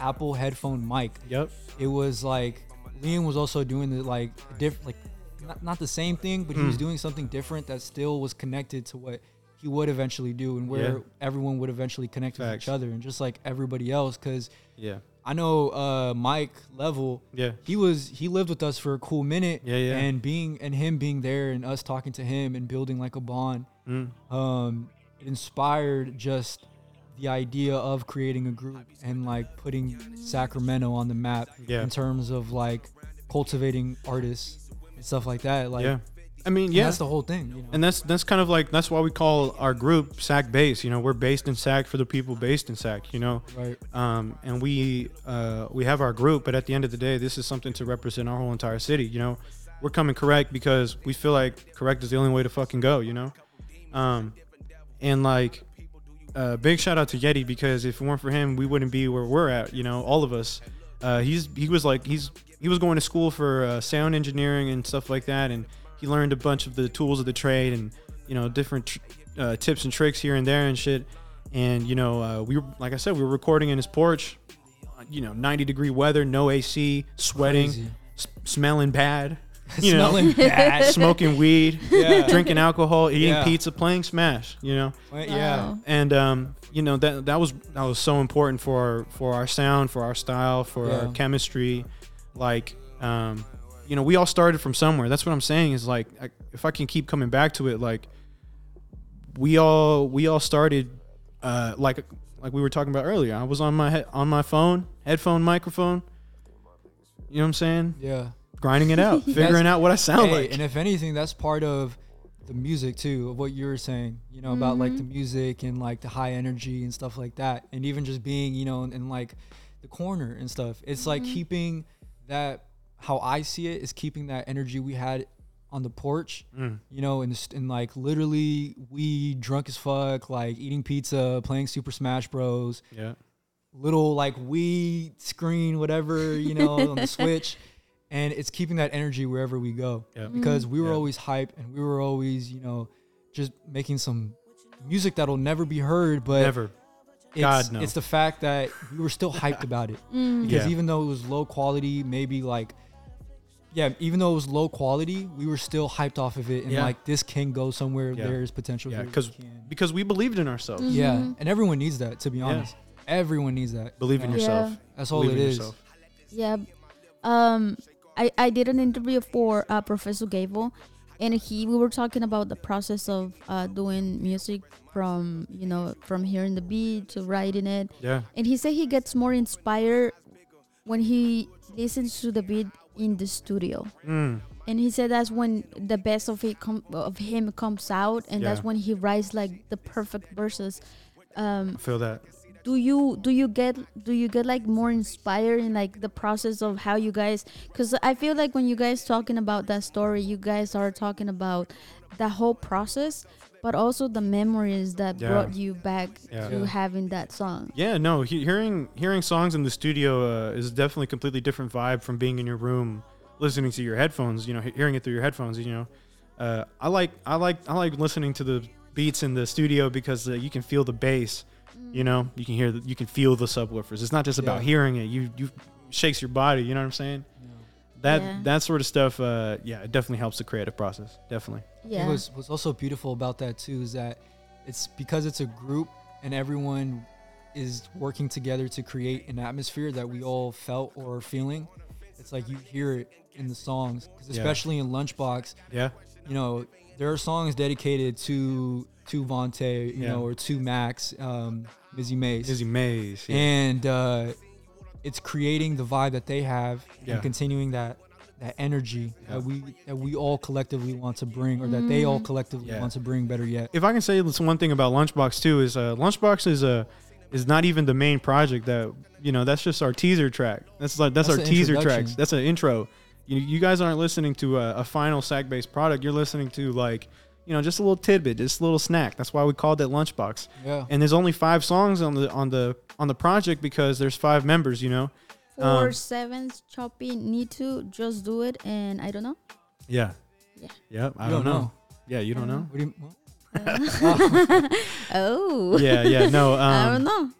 apple headphone mic Yep. it was like liam was also doing the like diff like not, not the same thing but Hmm. he was doing something different that still was connected to what he would eventually do and where Yeah. everyone would eventually connect with Facts. each other and just like everybody else because Yeah. I know uh, Mike Level. Yeah. He was he lived with us for a cool minute. Yeah, yeah. And being and him being there and us talking to him and building like a bond, Mm. um, it inspired just the idea of creating a group and like putting Sacramento on the map Yeah. in terms of like cultivating artists and stuff like that. Like Yeah. I mean, yeah. yeah. that's the whole thing. You know? And that's that's kind of like that's why we call our group SAC Base. You know, we're based in SAC for the people based in SAC. You know, right. um, and we uh, we have our group, but at the end of the day, this is something to represent our whole entire city. You know, we're coming correct because we feel like correct is the only way to fucking go. You know, um, and like uh, big shout out to Yeti because if it weren't for him, we wouldn't be where we're at. You know, all of us. Uh, he's he was like he's he was going to school for uh, sound engineering and stuff like that, and he learned a bunch of the tools of the trade and you know different tr- uh, tips and tricks here and there and shit. And you know, uh, we were, like I said, we were recording in his porch. You know, 90 degree weather, no AC, Crazy. sweating, s- smelling bad. You Smelling know, bad. smoking weed, Yeah. drinking alcohol, eating Yeah. pizza, playing Smash. You know, Yeah. Wow. and um, you know that that was that was so important for for our sound, for our style, for Yeah. our chemistry. Like, um, you know, we all started from somewhere. That's what I'm saying. Is like, I, if I can keep coming back to it, like, we all we all started, uh, like like we were talking about earlier. I was on my he- on my phone, headphone, microphone. You know what I'm saying? Yeah. Grinding it out, figuring out what I sound Hey, like. and if anything, that's part of the music too, of what you were saying, you know, about like the music and like the high energy and stuff like that. And even just being, you know, in, in like the corner and stuff. It's like keeping that, how I see it, is keeping that energy we had on the porch, Mm. you know, and, s- and like literally we drunk as fuck, like eating pizza, playing Super Smash Bros yeah, little like Wii screen, whatever, you know, on the Switch. And it's keeping that energy wherever we go. Yeah. Because we were Yeah. always hype and we were always, you know, just making some music that'll never be heard, but never. it's, God, no. it's the uh, Mm-hmm. mm. fact that we were still hyped about it. Because Yeah. even though it was low quality, maybe like yeah, even though it was low quality, we were still hyped off of it and Yeah. like this can go somewhere. Yeah. There is potential. Yeah, here. because It can. because we believed in ourselves. yeah, and everyone needs that. To be honest, everyone needs that. Believe in Yeah. yourself. That's all Believe it in is. yourself. Yeah. Um, I, I did an interview for uh, Professor Gable, and he we were talking about the process of uh, doing music from you know from hearing the beat to writing it, Yeah, and he said he gets more inspired when he listens to the beat in the studio. mm. And he said that's when the best of it com- of him comes out, and that's Yeah. when he writes like the perfect verses. Um, I feel that. do you do you get do you get like more inspired in like the process of how you guys because i feel like when you guys talking about that story you guys are talking about the whole process but also the memories that Yeah. brought you back Yeah. to Yeah. having that song Yeah, no, he, hearing hearing songs in the studio uh, is definitely a completely different vibe from being in your room listening to your headphones. You know, he- hearing it through your headphones. You know, uh, I like I like I like listening to the beats in the studio because uh, you can feel the bass. You know, you can hear the, you can feel the subwoofers. It's not just about Yeah. hearing it. You you shakes your body. You know what I'm saying? That Yeah. that sort of stuff. Uh, yeah, it definitely helps the creative process. Definitely. yeah It was what's also beautiful about that too is that it's because it's a group and everyone is working together to create an atmosphere that we all felt or are feeling. It's like you hear it in the songs, 'Cause Yeah. especially in Lunchbox. Yeah. You know, there are songs dedicated to to Vontae, you Yeah. know, or to Max, um, Mizzy Mace, Dizzy Maze. Yeah. and uh, it's creating the vibe that they have Yeah. and continuing that that energy Yeah. that we that we all collectively want to bring or that they all Mm. collectively Yeah. want to bring better yet if I can say this one thing about Lunchbox too is uh, Lunchbox is a is not even the main project that you know that's just our teaser track. That's like that's, That's our the teaser introduction. tracks. That's an intro. You, you guys aren't listening to a, a final sack based product. You're listening to like you know just a little tidbit, just a little snack. That's why we called it Lunchbox. yeah And there's only five songs on the on the on the project because there's five members. You know. four um, sevens choppy need to just do it and i don't know Yeah. Yeah. Yeah. I You don't, know. Yeah, you don't know. what do you what? oh yeah. Yeah. No. Um, i don't know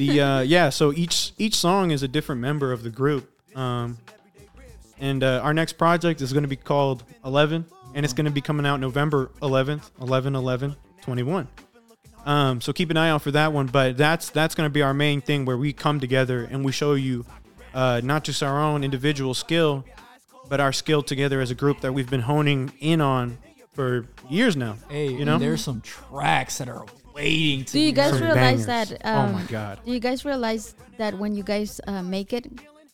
the uh, yeah so each each song is a different member of the group um, and uh, our next project is going to be called 11 and it's going to be coming out november 11th 11 11 21 um, so keep an eye out for that one but that's that's going to be our main thing where we come together and we show you uh, not just our own individual skill but our skill together as a group that we've been honing in on for years now hey you know there's some tracks that are waiting to do you be guys Some heard. realize bangers. that Oh um, my God. do you guys realize that when you guys uh, make it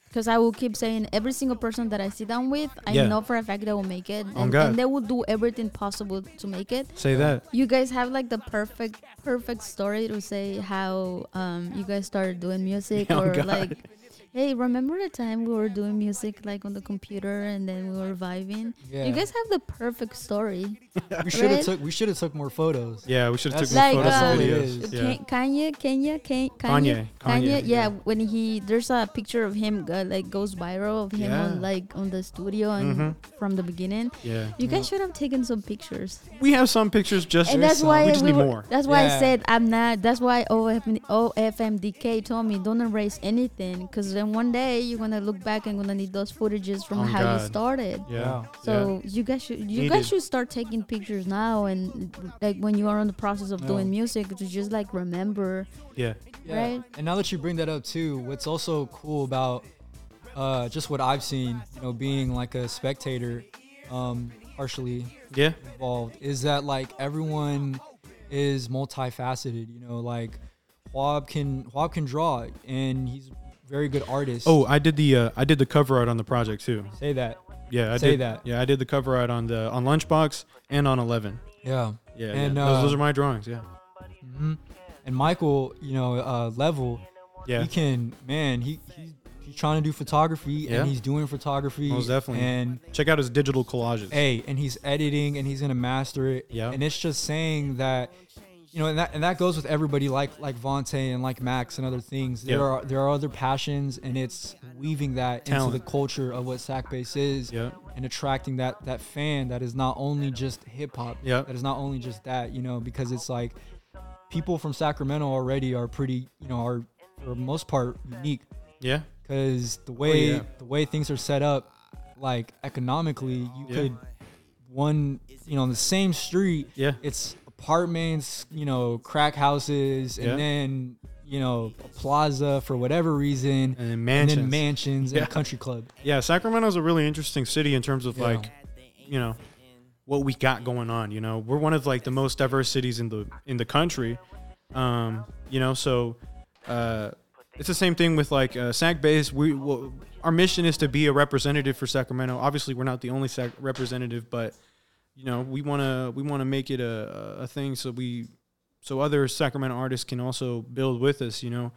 because i will keep saying every single person that i sit down with i Yeah. know for a fact they will make it Oh and, God. and they will do everything possible to make it say that you guys have like the perfect perfect story to say how um, you guys started doing music Oh, or God. like hey remember the time we were doing music like on the computer and then we were vibing yeah you guys have the perfect story we should have Right? took we should have took more photos yeah we should have That's- took more Like, photos and uh, videos yeah. Ken- Kanye, Kenya, Ken- Kanye, Kanye, Kanye, Kanye, yeah. yeah. When he there's a picture of him uh, like goes viral of him Yeah. on like on the studio and Mhm. from the beginning. yeah You guys should have taken some pictures, we have some pictures just and that's why we just we need were- more That's why Yeah. I said I'm not. That's why OFM, OFMDK told me don't erase anything, because then one day you're gonna look back and gonna need those footages from Oh, how God. you started. Yeah. So you guys should you Needed. guys should start taking pictures now and like when you are on the process of Yeah. doing music to just like remember yeah. Yeah. Right. And now that you bring that up too, what's also cool about uh, just what I've seen, you know, being like a spectator, um, partially Yeah. involved, is that like everyone is multifaceted. You know, like Huab can Huab can draw, and he's a very good artist. Oh, I did the uh, I did the cover art on the project too. say that. Yeah, I Say did that. Yeah, I did the cover art on the on Lunchbox and on Eleven. Yeah. Yeah, And, yeah. Those, uh, those are my drawings. Yeah, hmm And Michael, you know, uh, level yeah. he can man he. he He's trying to do photography Yeah. and he's doing photography. Most definitely. And Check out his digital collages. hey and he's editing and he's gonna master it Yeah. and it's just saying that you know and that and that goes with everybody like like Vontae and like Max and other things there Yeah. are there are other passions and it's weaving that Talent. into the culture of what sack bass is Yeah. and attracting that that fan that is not only just hip hop Yeah. that is not only just that you know because it's like people from Sacramento already are pretty you know are for the most part unique Yeah, because the way Oh, yeah. the way things are set up like economically, you could one you know on the same street, Yeah. it's apartments, you know, crack houses, and Yeah. then you know a plaza for whatever reason, And then and mansions. mansions Yeah. and a country club. Yeah, Sacramento's a really interesting city in terms of Yeah. like, you know, what we got going on. You know, we're one of like the most diverse cities in the in the country. Um, you know, so uh, it's the same thing with like uh, Sac Base. We well, our mission is to be a representative for Sacramento. Obviously, we're not the only sac- representative, but you know, we wanna we wanna make it a a thing so we so other Sacramento artists can also build with us. You know,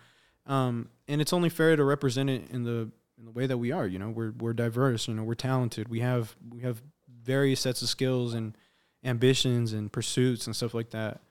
um, and it's only fair to represent it in the in the way that we are. You know, we're we're diverse. You know, we're talented. We have we have various sets of skills and ambitions and pursuits and stuff like that.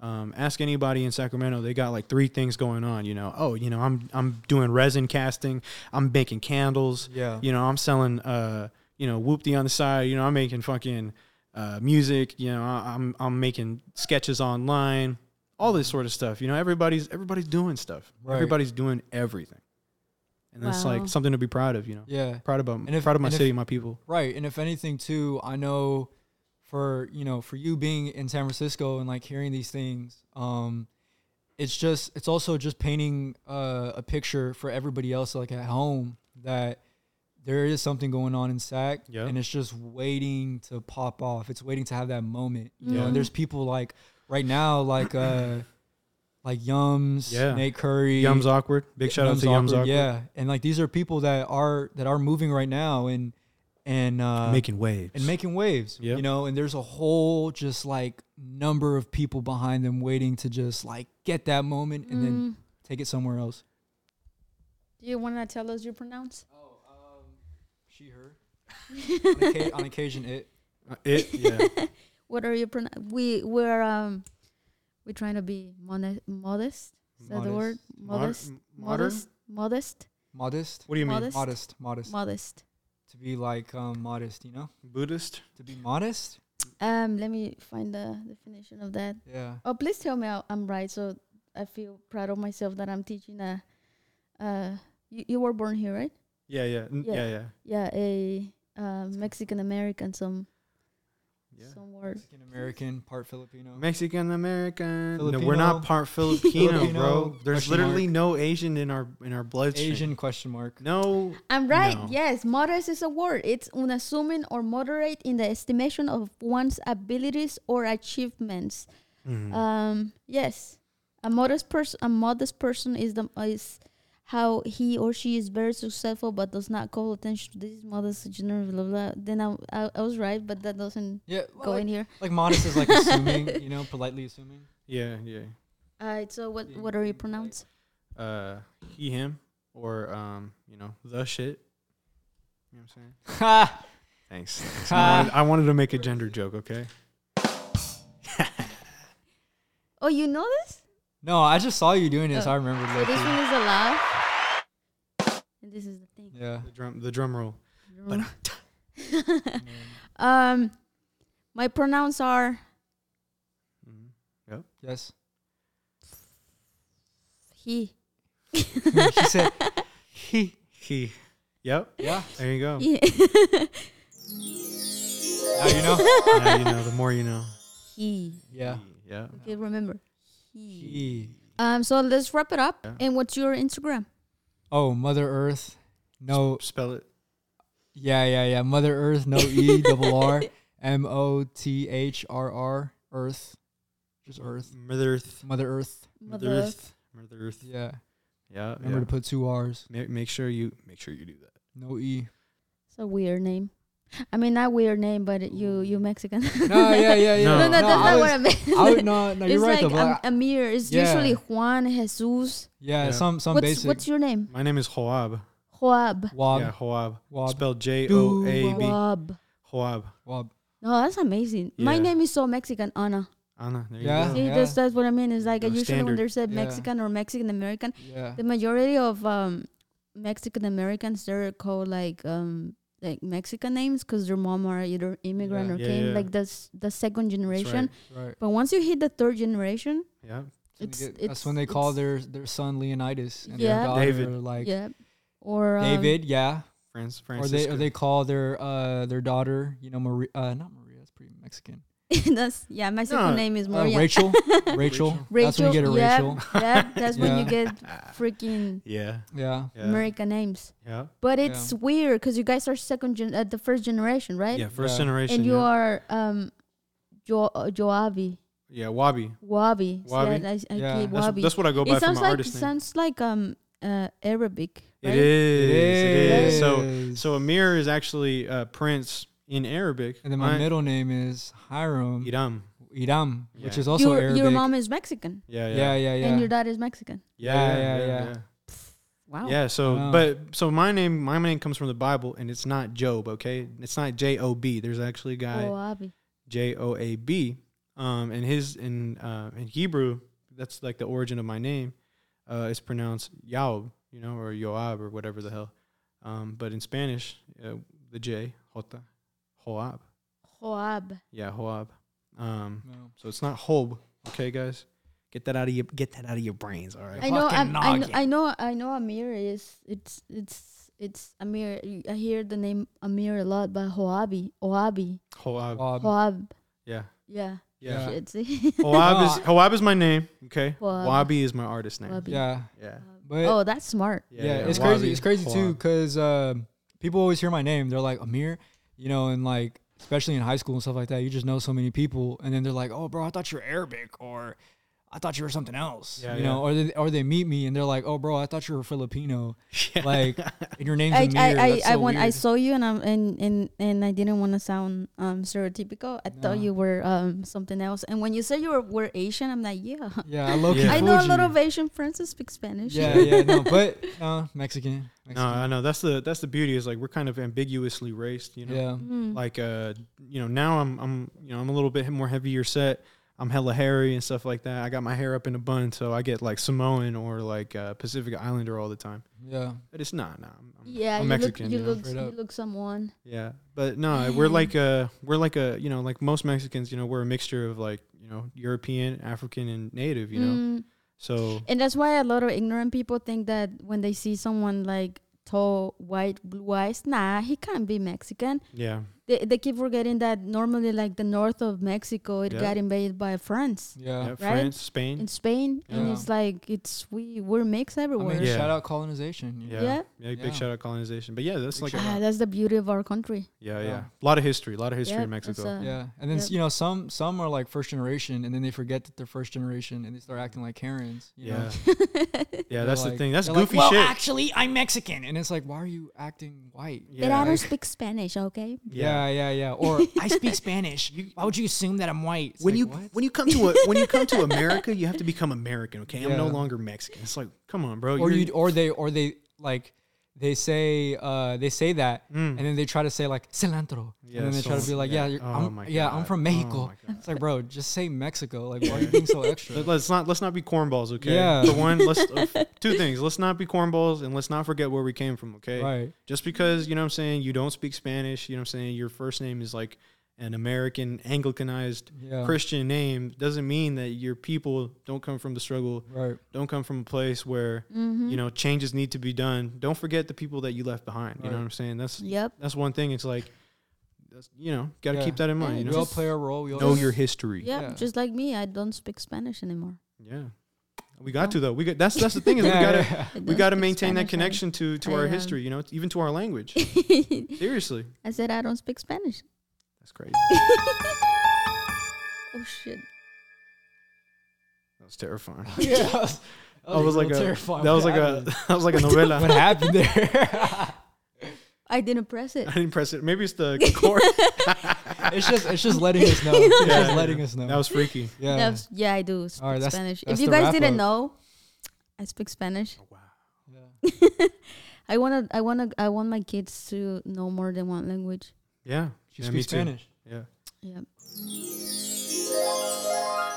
Um, ask anybody in Sacramento; they got like three things going on. You know, oh, you know, I'm I'm doing resin casting. I'm making candles. Yeah. You know, I'm selling uh, you know, whoopty on the side. You know, I'm making fucking uh, music. You know, I, I'm I'm making sketches online. All this sort of stuff. You know, everybody's everybody's doing stuff. Right. Everybody's doing everything, and that's Wow. like something to be proud of. You know, Yeah, proud about And if- proud of my and if- city, my people. Right. And if anything too, I know for, you know, for you being in San Francisco and like hearing these things, um it's just it's also just painting uh, a picture for everybody else like at home that there is something going on in SAC Yeah. and it's just waiting to pop off. It's waiting to have that moment. You know, Yeah. and there's people like right now like uh like Yums, Yeah. Nate Curry, Yums awkward. Big shout out to Yums awkward. Yeah, and like these are people that are that are moving right now and and uh, making waves. and making waves. Yep. You know, and there's a whole just like number of people behind them waiting to just like get that moment and Mm. then take it somewhere else. Do you want to tell us your pronounce? Oh, um, she her. on, occa- on occasion, it. Uh, it, yeah. What are your pronoun? We we're um we're trying to be modest. Modest is that the word? Mod- Modest. modern? modest. Modest. Modest. What do you mean? Modest. Modest. Modest. Modest. to be like um, modest, you know. Buddhist? To be modest. Um, let me find the definition of that. Yeah. Oh, please tell me I- I'm right, so I feel proud of myself that I'm teaching a. Uh, you, you were born here, right? Yeah, yeah, N- Yeah. yeah, yeah. Yeah, a uh, Mexican American some yeah. some word. Mexican American, part Filipino. Mexican American. No, Filipino. we're not part Filipino, bro. Filipino. There's Question literally no Asian in our in our bloodstream. Asian question mark. No. I'm right. No. Yes, modest is a word. It's unassuming or moderate in the estimation of one's abilities or achievements. Mm. Um, yes, a modest person. A modest person is the is how he or she is very successful, but does not call attention to this modest general. Blah, blah. Then I, I I was right, but that doesn't Yeah. go like, in here. like modest is like assuming, you know, politely assuming. Yeah, yeah. Alright. So Uh, what what are you pronounced? Uh, he, him, or um, you know, the shit. You know what I'm saying? Ha! Thanks. thanks. I, wanted, I wanted to make a gender joke. Okay. Oh, you know this? No, I just saw you doing this. Oh. I remembered. So this one Loki. is a laugh. And this is the thing. Yeah. The drum, the drum roll. But Um, my pronouns are Mhm. Yes. he. she said, he, he. Yep. "Yeah, There you go. he. now you know." now you know. The more you know. He. Yeah. Yeah. Okay, remember. He. E. Um, so let's wrap it up. Yeah. And what's your Instagram? Oh, Mother Earth. No. Spell it. Yeah, yeah, yeah. Mother Earth. No E. Double R. M O T H R R. Earth. Just Earth. Mirth. Mother Earth. Mother. Mirth. Yeah. Yeah. Yeah. Remember to put two R's. Ma- make sure you make sure you do that. No E. It's a weird name. I mean, not weird name, but you you Mexican. No, yeah, yeah, yeah. No. no, no, that's I not was, what I meant. I would not. No, you're it's right. like um, though, but Am- Amir. It's Yeah. usually Juan Jesus. yeah, Yeah. some some what's basic. what's your name? My name is Joab. Joab. Wob. yeah, Joab. Joab. Spelled J O Do- A B. Joab. Joab. Wob. No, that's amazing. My Yeah. name is so Mexican, Ana. Anna. There Yeah. you go. See, that's, that's what I mean. It's like Go usually when standard. there's a Yeah. Mexican or Mexican American, Yeah. the majority of um, Mexican Americans they're called like um, like Mexican names because their mom are either immigrant Yeah. or Yeah, came yeah. like the s- the second That's generation. right. Right. But once you hit the third generation, Yeah. That's when they It's- get- that's when they it's- call their their son Leonidas and Yeah. their daughter David. like yeah, or um, David. Yeah. France, Or Francisco. they or they call their uh their daughter, you know, Maria. Uh, not Maria. That's pretty Mexican. that's yeah. My second No, name is Uh, Maria. Rachel. Rachel. That's when you get a yep, Rachel. yep, that's when you Yeah. get freaking Ah, yeah, Yeah. yeah, American names. yeah, But Yeah. it's weird because you guys are second gen, uh, the first generation, right? yeah. First Yeah. generation. And you yeah. are um, jo- uh, Joavi, yeah, Wabi. Wabi. So Wabi. that I, I Yeah. keep That's, Wabi. that's what I go by it for sounds my like artist name. sounds like um uh, Arabic. Right? It is. It is. So Yes. so Amir is actually uh, Prince in Arabic. and then my middle name is Hiram Idam. Iram, which Yeah. is also your Arabic. your mom is Mexican Yeah, yeah, yeah, yeah, yeah. and your dad is Mexican. yeah, Yeah, yeah, yeah, yeah. yeah. Oh. yeah. Wow. Yeah, so Wow. but so my name my name comes from the Bible and it's not Job, okay? It's not J O B. There's actually a guy Joabi. J O A B. Um and his in uh in Hebrew, that's like the origin of my name. Uh it's pronounced Yaob, you know, or Yoab or whatever the hell. Um but in Spanish, uh, the J, Jota, Joab. Joab. Yeah, Joab. Um No. so it's not Hob, okay guys? Get that out of your get that out of your brains, all right? I know, fucking I'm, I know. noggin. I know. I know. Amir is. It's. It's. It's Amir. You- I hear the name Amir a lot, but Hoabi. Hoabi. Joab. Bob. Hoab. Um, Yeah. Yeah. Yeah. Yeah. It's Hoab is Oh. Hoab is my name. Okay. Hoab. Wabi is my artist name. Wabi. Yeah, Yeah. but oh, that's smart. yeah, it's Wabi, crazy. It's crazy too Hoab. because people always hear my name. They're like Amir, you know, and like especially in high school and stuff like that. You just know so many people, and then they're like, "Oh, bro, I thought you were Arabic," or "I thought you were something else," Yeah, you know, or they, or they meet me and they're like, "Oh, bro, I thought you were Filipino," like, and your name's I Amir. I I, That's so I, want, I weird. saw you and I'm and and and I didn't want to sound um stereotypical. I thought No. you were um something else. And when you said you were, were Asian, I'm like, yeah. yeah, I low-key Yeah. I know a fooled lot you. of Asian friends who speak Spanish. Yeah, yeah, no, but no, Mexican. No, Mexican. I know. That's the that's the beauty is like we're kind of ambiguously raced, you know. yeah. Mm. Like uh, you know, now I'm I'm you know, I'm a little bit more heavier set. I'm hella hairy and stuff like that. I got my hair up in a bun, so I get like Samoan or like uh, Pacific Islander all the time. Yeah, But it's not, nah. I'm, I'm, yeah, I'm you Mexican. look you, you know? look Straight you up. look someone. Yeah, but no, we're like a we're like a you know like most Mexicans, you know, we're a mixture of like you know European, African, and Native, you know. Mm. So And that's why a lot of ignorant people think that when they see someone like tall, white, blue eyes, nah, he can't be Mexican. yeah, They, they keep forgetting that normally, like the north of Mexico, it Yeah. got invaded by France, yeah. yeah, France, Spain, in Spain, and Yeah. it's like it's we we're mixed I everywhere. mean, Yeah. shout out colonization. you know? yeah, Yeah. yeah, Yeah. big shout out colonization. But yeah, that's like shout a, Ah, that's the beauty of our country. yeah, Yeah. yeah, a lot of history, a lot of history Yep, in that's, Mexico. uh, Yeah, and then Yep. you know some some are like first generation, and then they forget that they're first generation, and they start acting like Karens. You know? Yeah, yeah, They're that's the like- thing. That's they're goofy like, shit. Well, actually, I'm Mexican, and it's like, why are you acting white? yeah, But I don't like- speak Spanish, okay? Yeah, yeah, yeah. Or I speak Spanish. Why would you assume that I'm white? It's When like, you what? when you come to a, when you come to America, you have to become American. Okay, I'm no Yeah. longer Mexican. It's like, come on, bro. or you're- you or they or they like they say uh they say that, and then they try to say like cilantro, Mm. Yeah, and then they try to so- be like, yeah. yeah, you're, Oh I'm, my yeah, I'm God. from Oh my Mexico. God. it's like, bro, just say Mexico. Like, why are you being so extra? Let- Let's not let's not be cornballs, okay? Yeah. The one, let's uh, f- two things. Let's not be cornballs, and let's not forget where we came from, okay? Right. Just because you know what I'm saying you don't speak Spanish, you know what I'm saying your first name is like an American Anglicanized Yeah. Christian name doesn't mean that your people don't come from the struggle, Right. don't come from a place where Mm-hmm. you know changes need to be done. Don't forget the people that you left behind. You know what I'm saying? That's Yep. that's one thing. It's like that's, you know got to Yeah. keep that in mind. Yeah, You we all know, just- play a role. We all know your history. Yeah, Yeah. just like me, I don't speak Spanish anymore. Yeah. We got to though. We got that's that's the thing is Yeah, we gotta yeah. I we don't gotta speak maintain that Spanish, connection to to I, our um, history. You know, even to our language. Seriously, I, I said I don't speak Spanish. that's crazy. oh shit. That was terrifying. Yeah, Oh, that was, that That was like real a terrifying. that What was like a happened? that was like a novella. what happened there? I didn't press it. I didn't press it. Maybe it's the cord. it's just it's just letting us know. It's Yeah, just yeah. letting us know. That was freaky. yeah. That's- yeah, I do speak All right, that's- Spanish. that's if you the guys wrap didn't up. know, I speak Spanish. Oh, Wow. yeah. I wanna, I wanna, I want my kids to know more than one language. Yeah. She yeah, speaks too. Spanish. Yeah. Yep.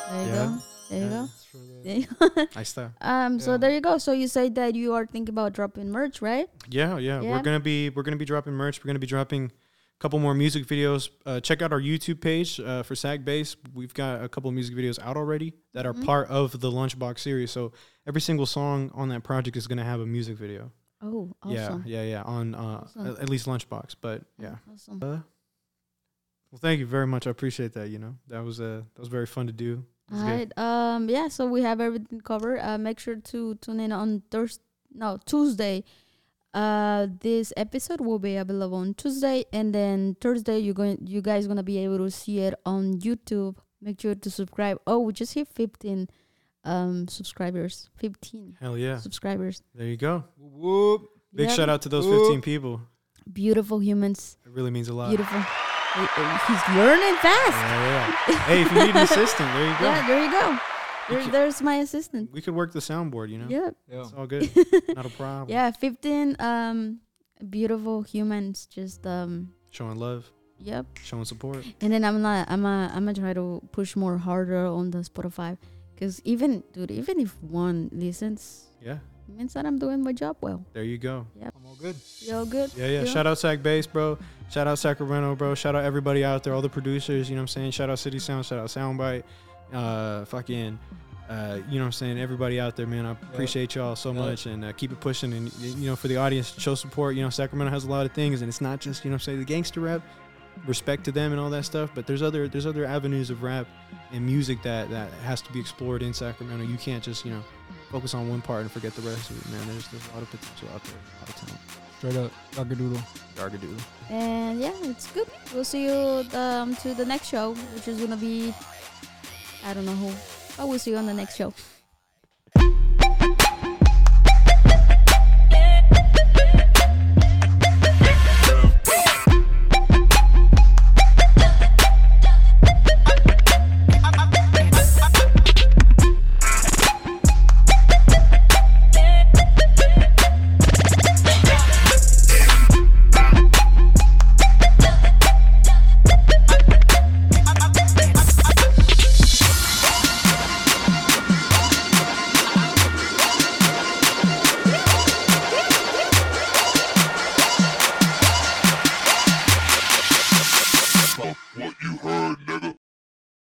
There you Yeah. go. There you go. That's for the- There you go. I still. um. So Yeah. there you go. So you say that you are thinking about dropping merch, right? Yeah, yeah. Yeah. We're gonna be we're gonna be dropping merch. We're gonna be dropping a couple more music videos. Uh, check out our YouTube page uh, for Sag Bass. We've got a couple of music videos out already that Mm-hmm. are part of the Lunchbox series. So every single song on that project is gonna have a music video. Oh, awesome. Yeah, yeah, yeah. On uh, Awesome. Mm. at- at least lunchbox, but yeah. Awesome. Uh, well, thank you very much. I appreciate that. You know, that was uh, that was very fun to do. It was All good. right. Um. Yeah. So we have everything covered. Uh. Make sure to tune in on Thursday. No, Tuesday. Uh. This episode will be available on Tuesday, and then Thursday you're going. You guys gonna be able to see it on YouTube. Make sure to subscribe. Oh, we just hit 15, um, subscribers. 15 Hell yeah! subscribers. There you go. Whoop. Big Yep. shout out to those Whoop. 15 people. Beautiful humans. It really means a lot. Beautiful. He- He's learning fast. Yeah, yeah. Hey, if you need an assistant, there you go. Yeah. There you go. You There, can- there's my assistant. We could work the soundboard. You know, Yeah. Yeah. it's all good. Not a problem. Yeah, 15 um beautiful humans just um Showing love, yep. showing support. And then I'm not I'm a, I'm gonna try to push more harder on the Spotify cuz even dude, even if one listens, Yeah, it means that I'm doing my job well. there you go. I'm all good. Yo, good. Yeah, yeah. Shout out Sac Bass, bro. Shout out Sacramento, bro. Shout out everybody out there, all the producers, you know what I'm saying? Shout out City Sound, shout out Soundbite. Uh fucking uh, you know what I'm saying? Everybody out there, man. I appreciate y'all so Yeah. much and uh, keep it pushing. And, y- you know, for the audience, show support. You know, Sacramento has a lot of things, and it's not just, you know what I'm saying, the gangster rap, respect to them and all that stuff. But there's other there's other avenues of rap and music that, that has to be explored in Sacramento. You can't just, you know, focus on one part and forget the rest of it, man. There's, there's a lot of potential out there, a lot of talent. Straight up. Doodle. Dargadoodle. And yeah, it's good. We'll see you um to the next show, which is going to be I don't know who. But Oh, we'll see you on the next show.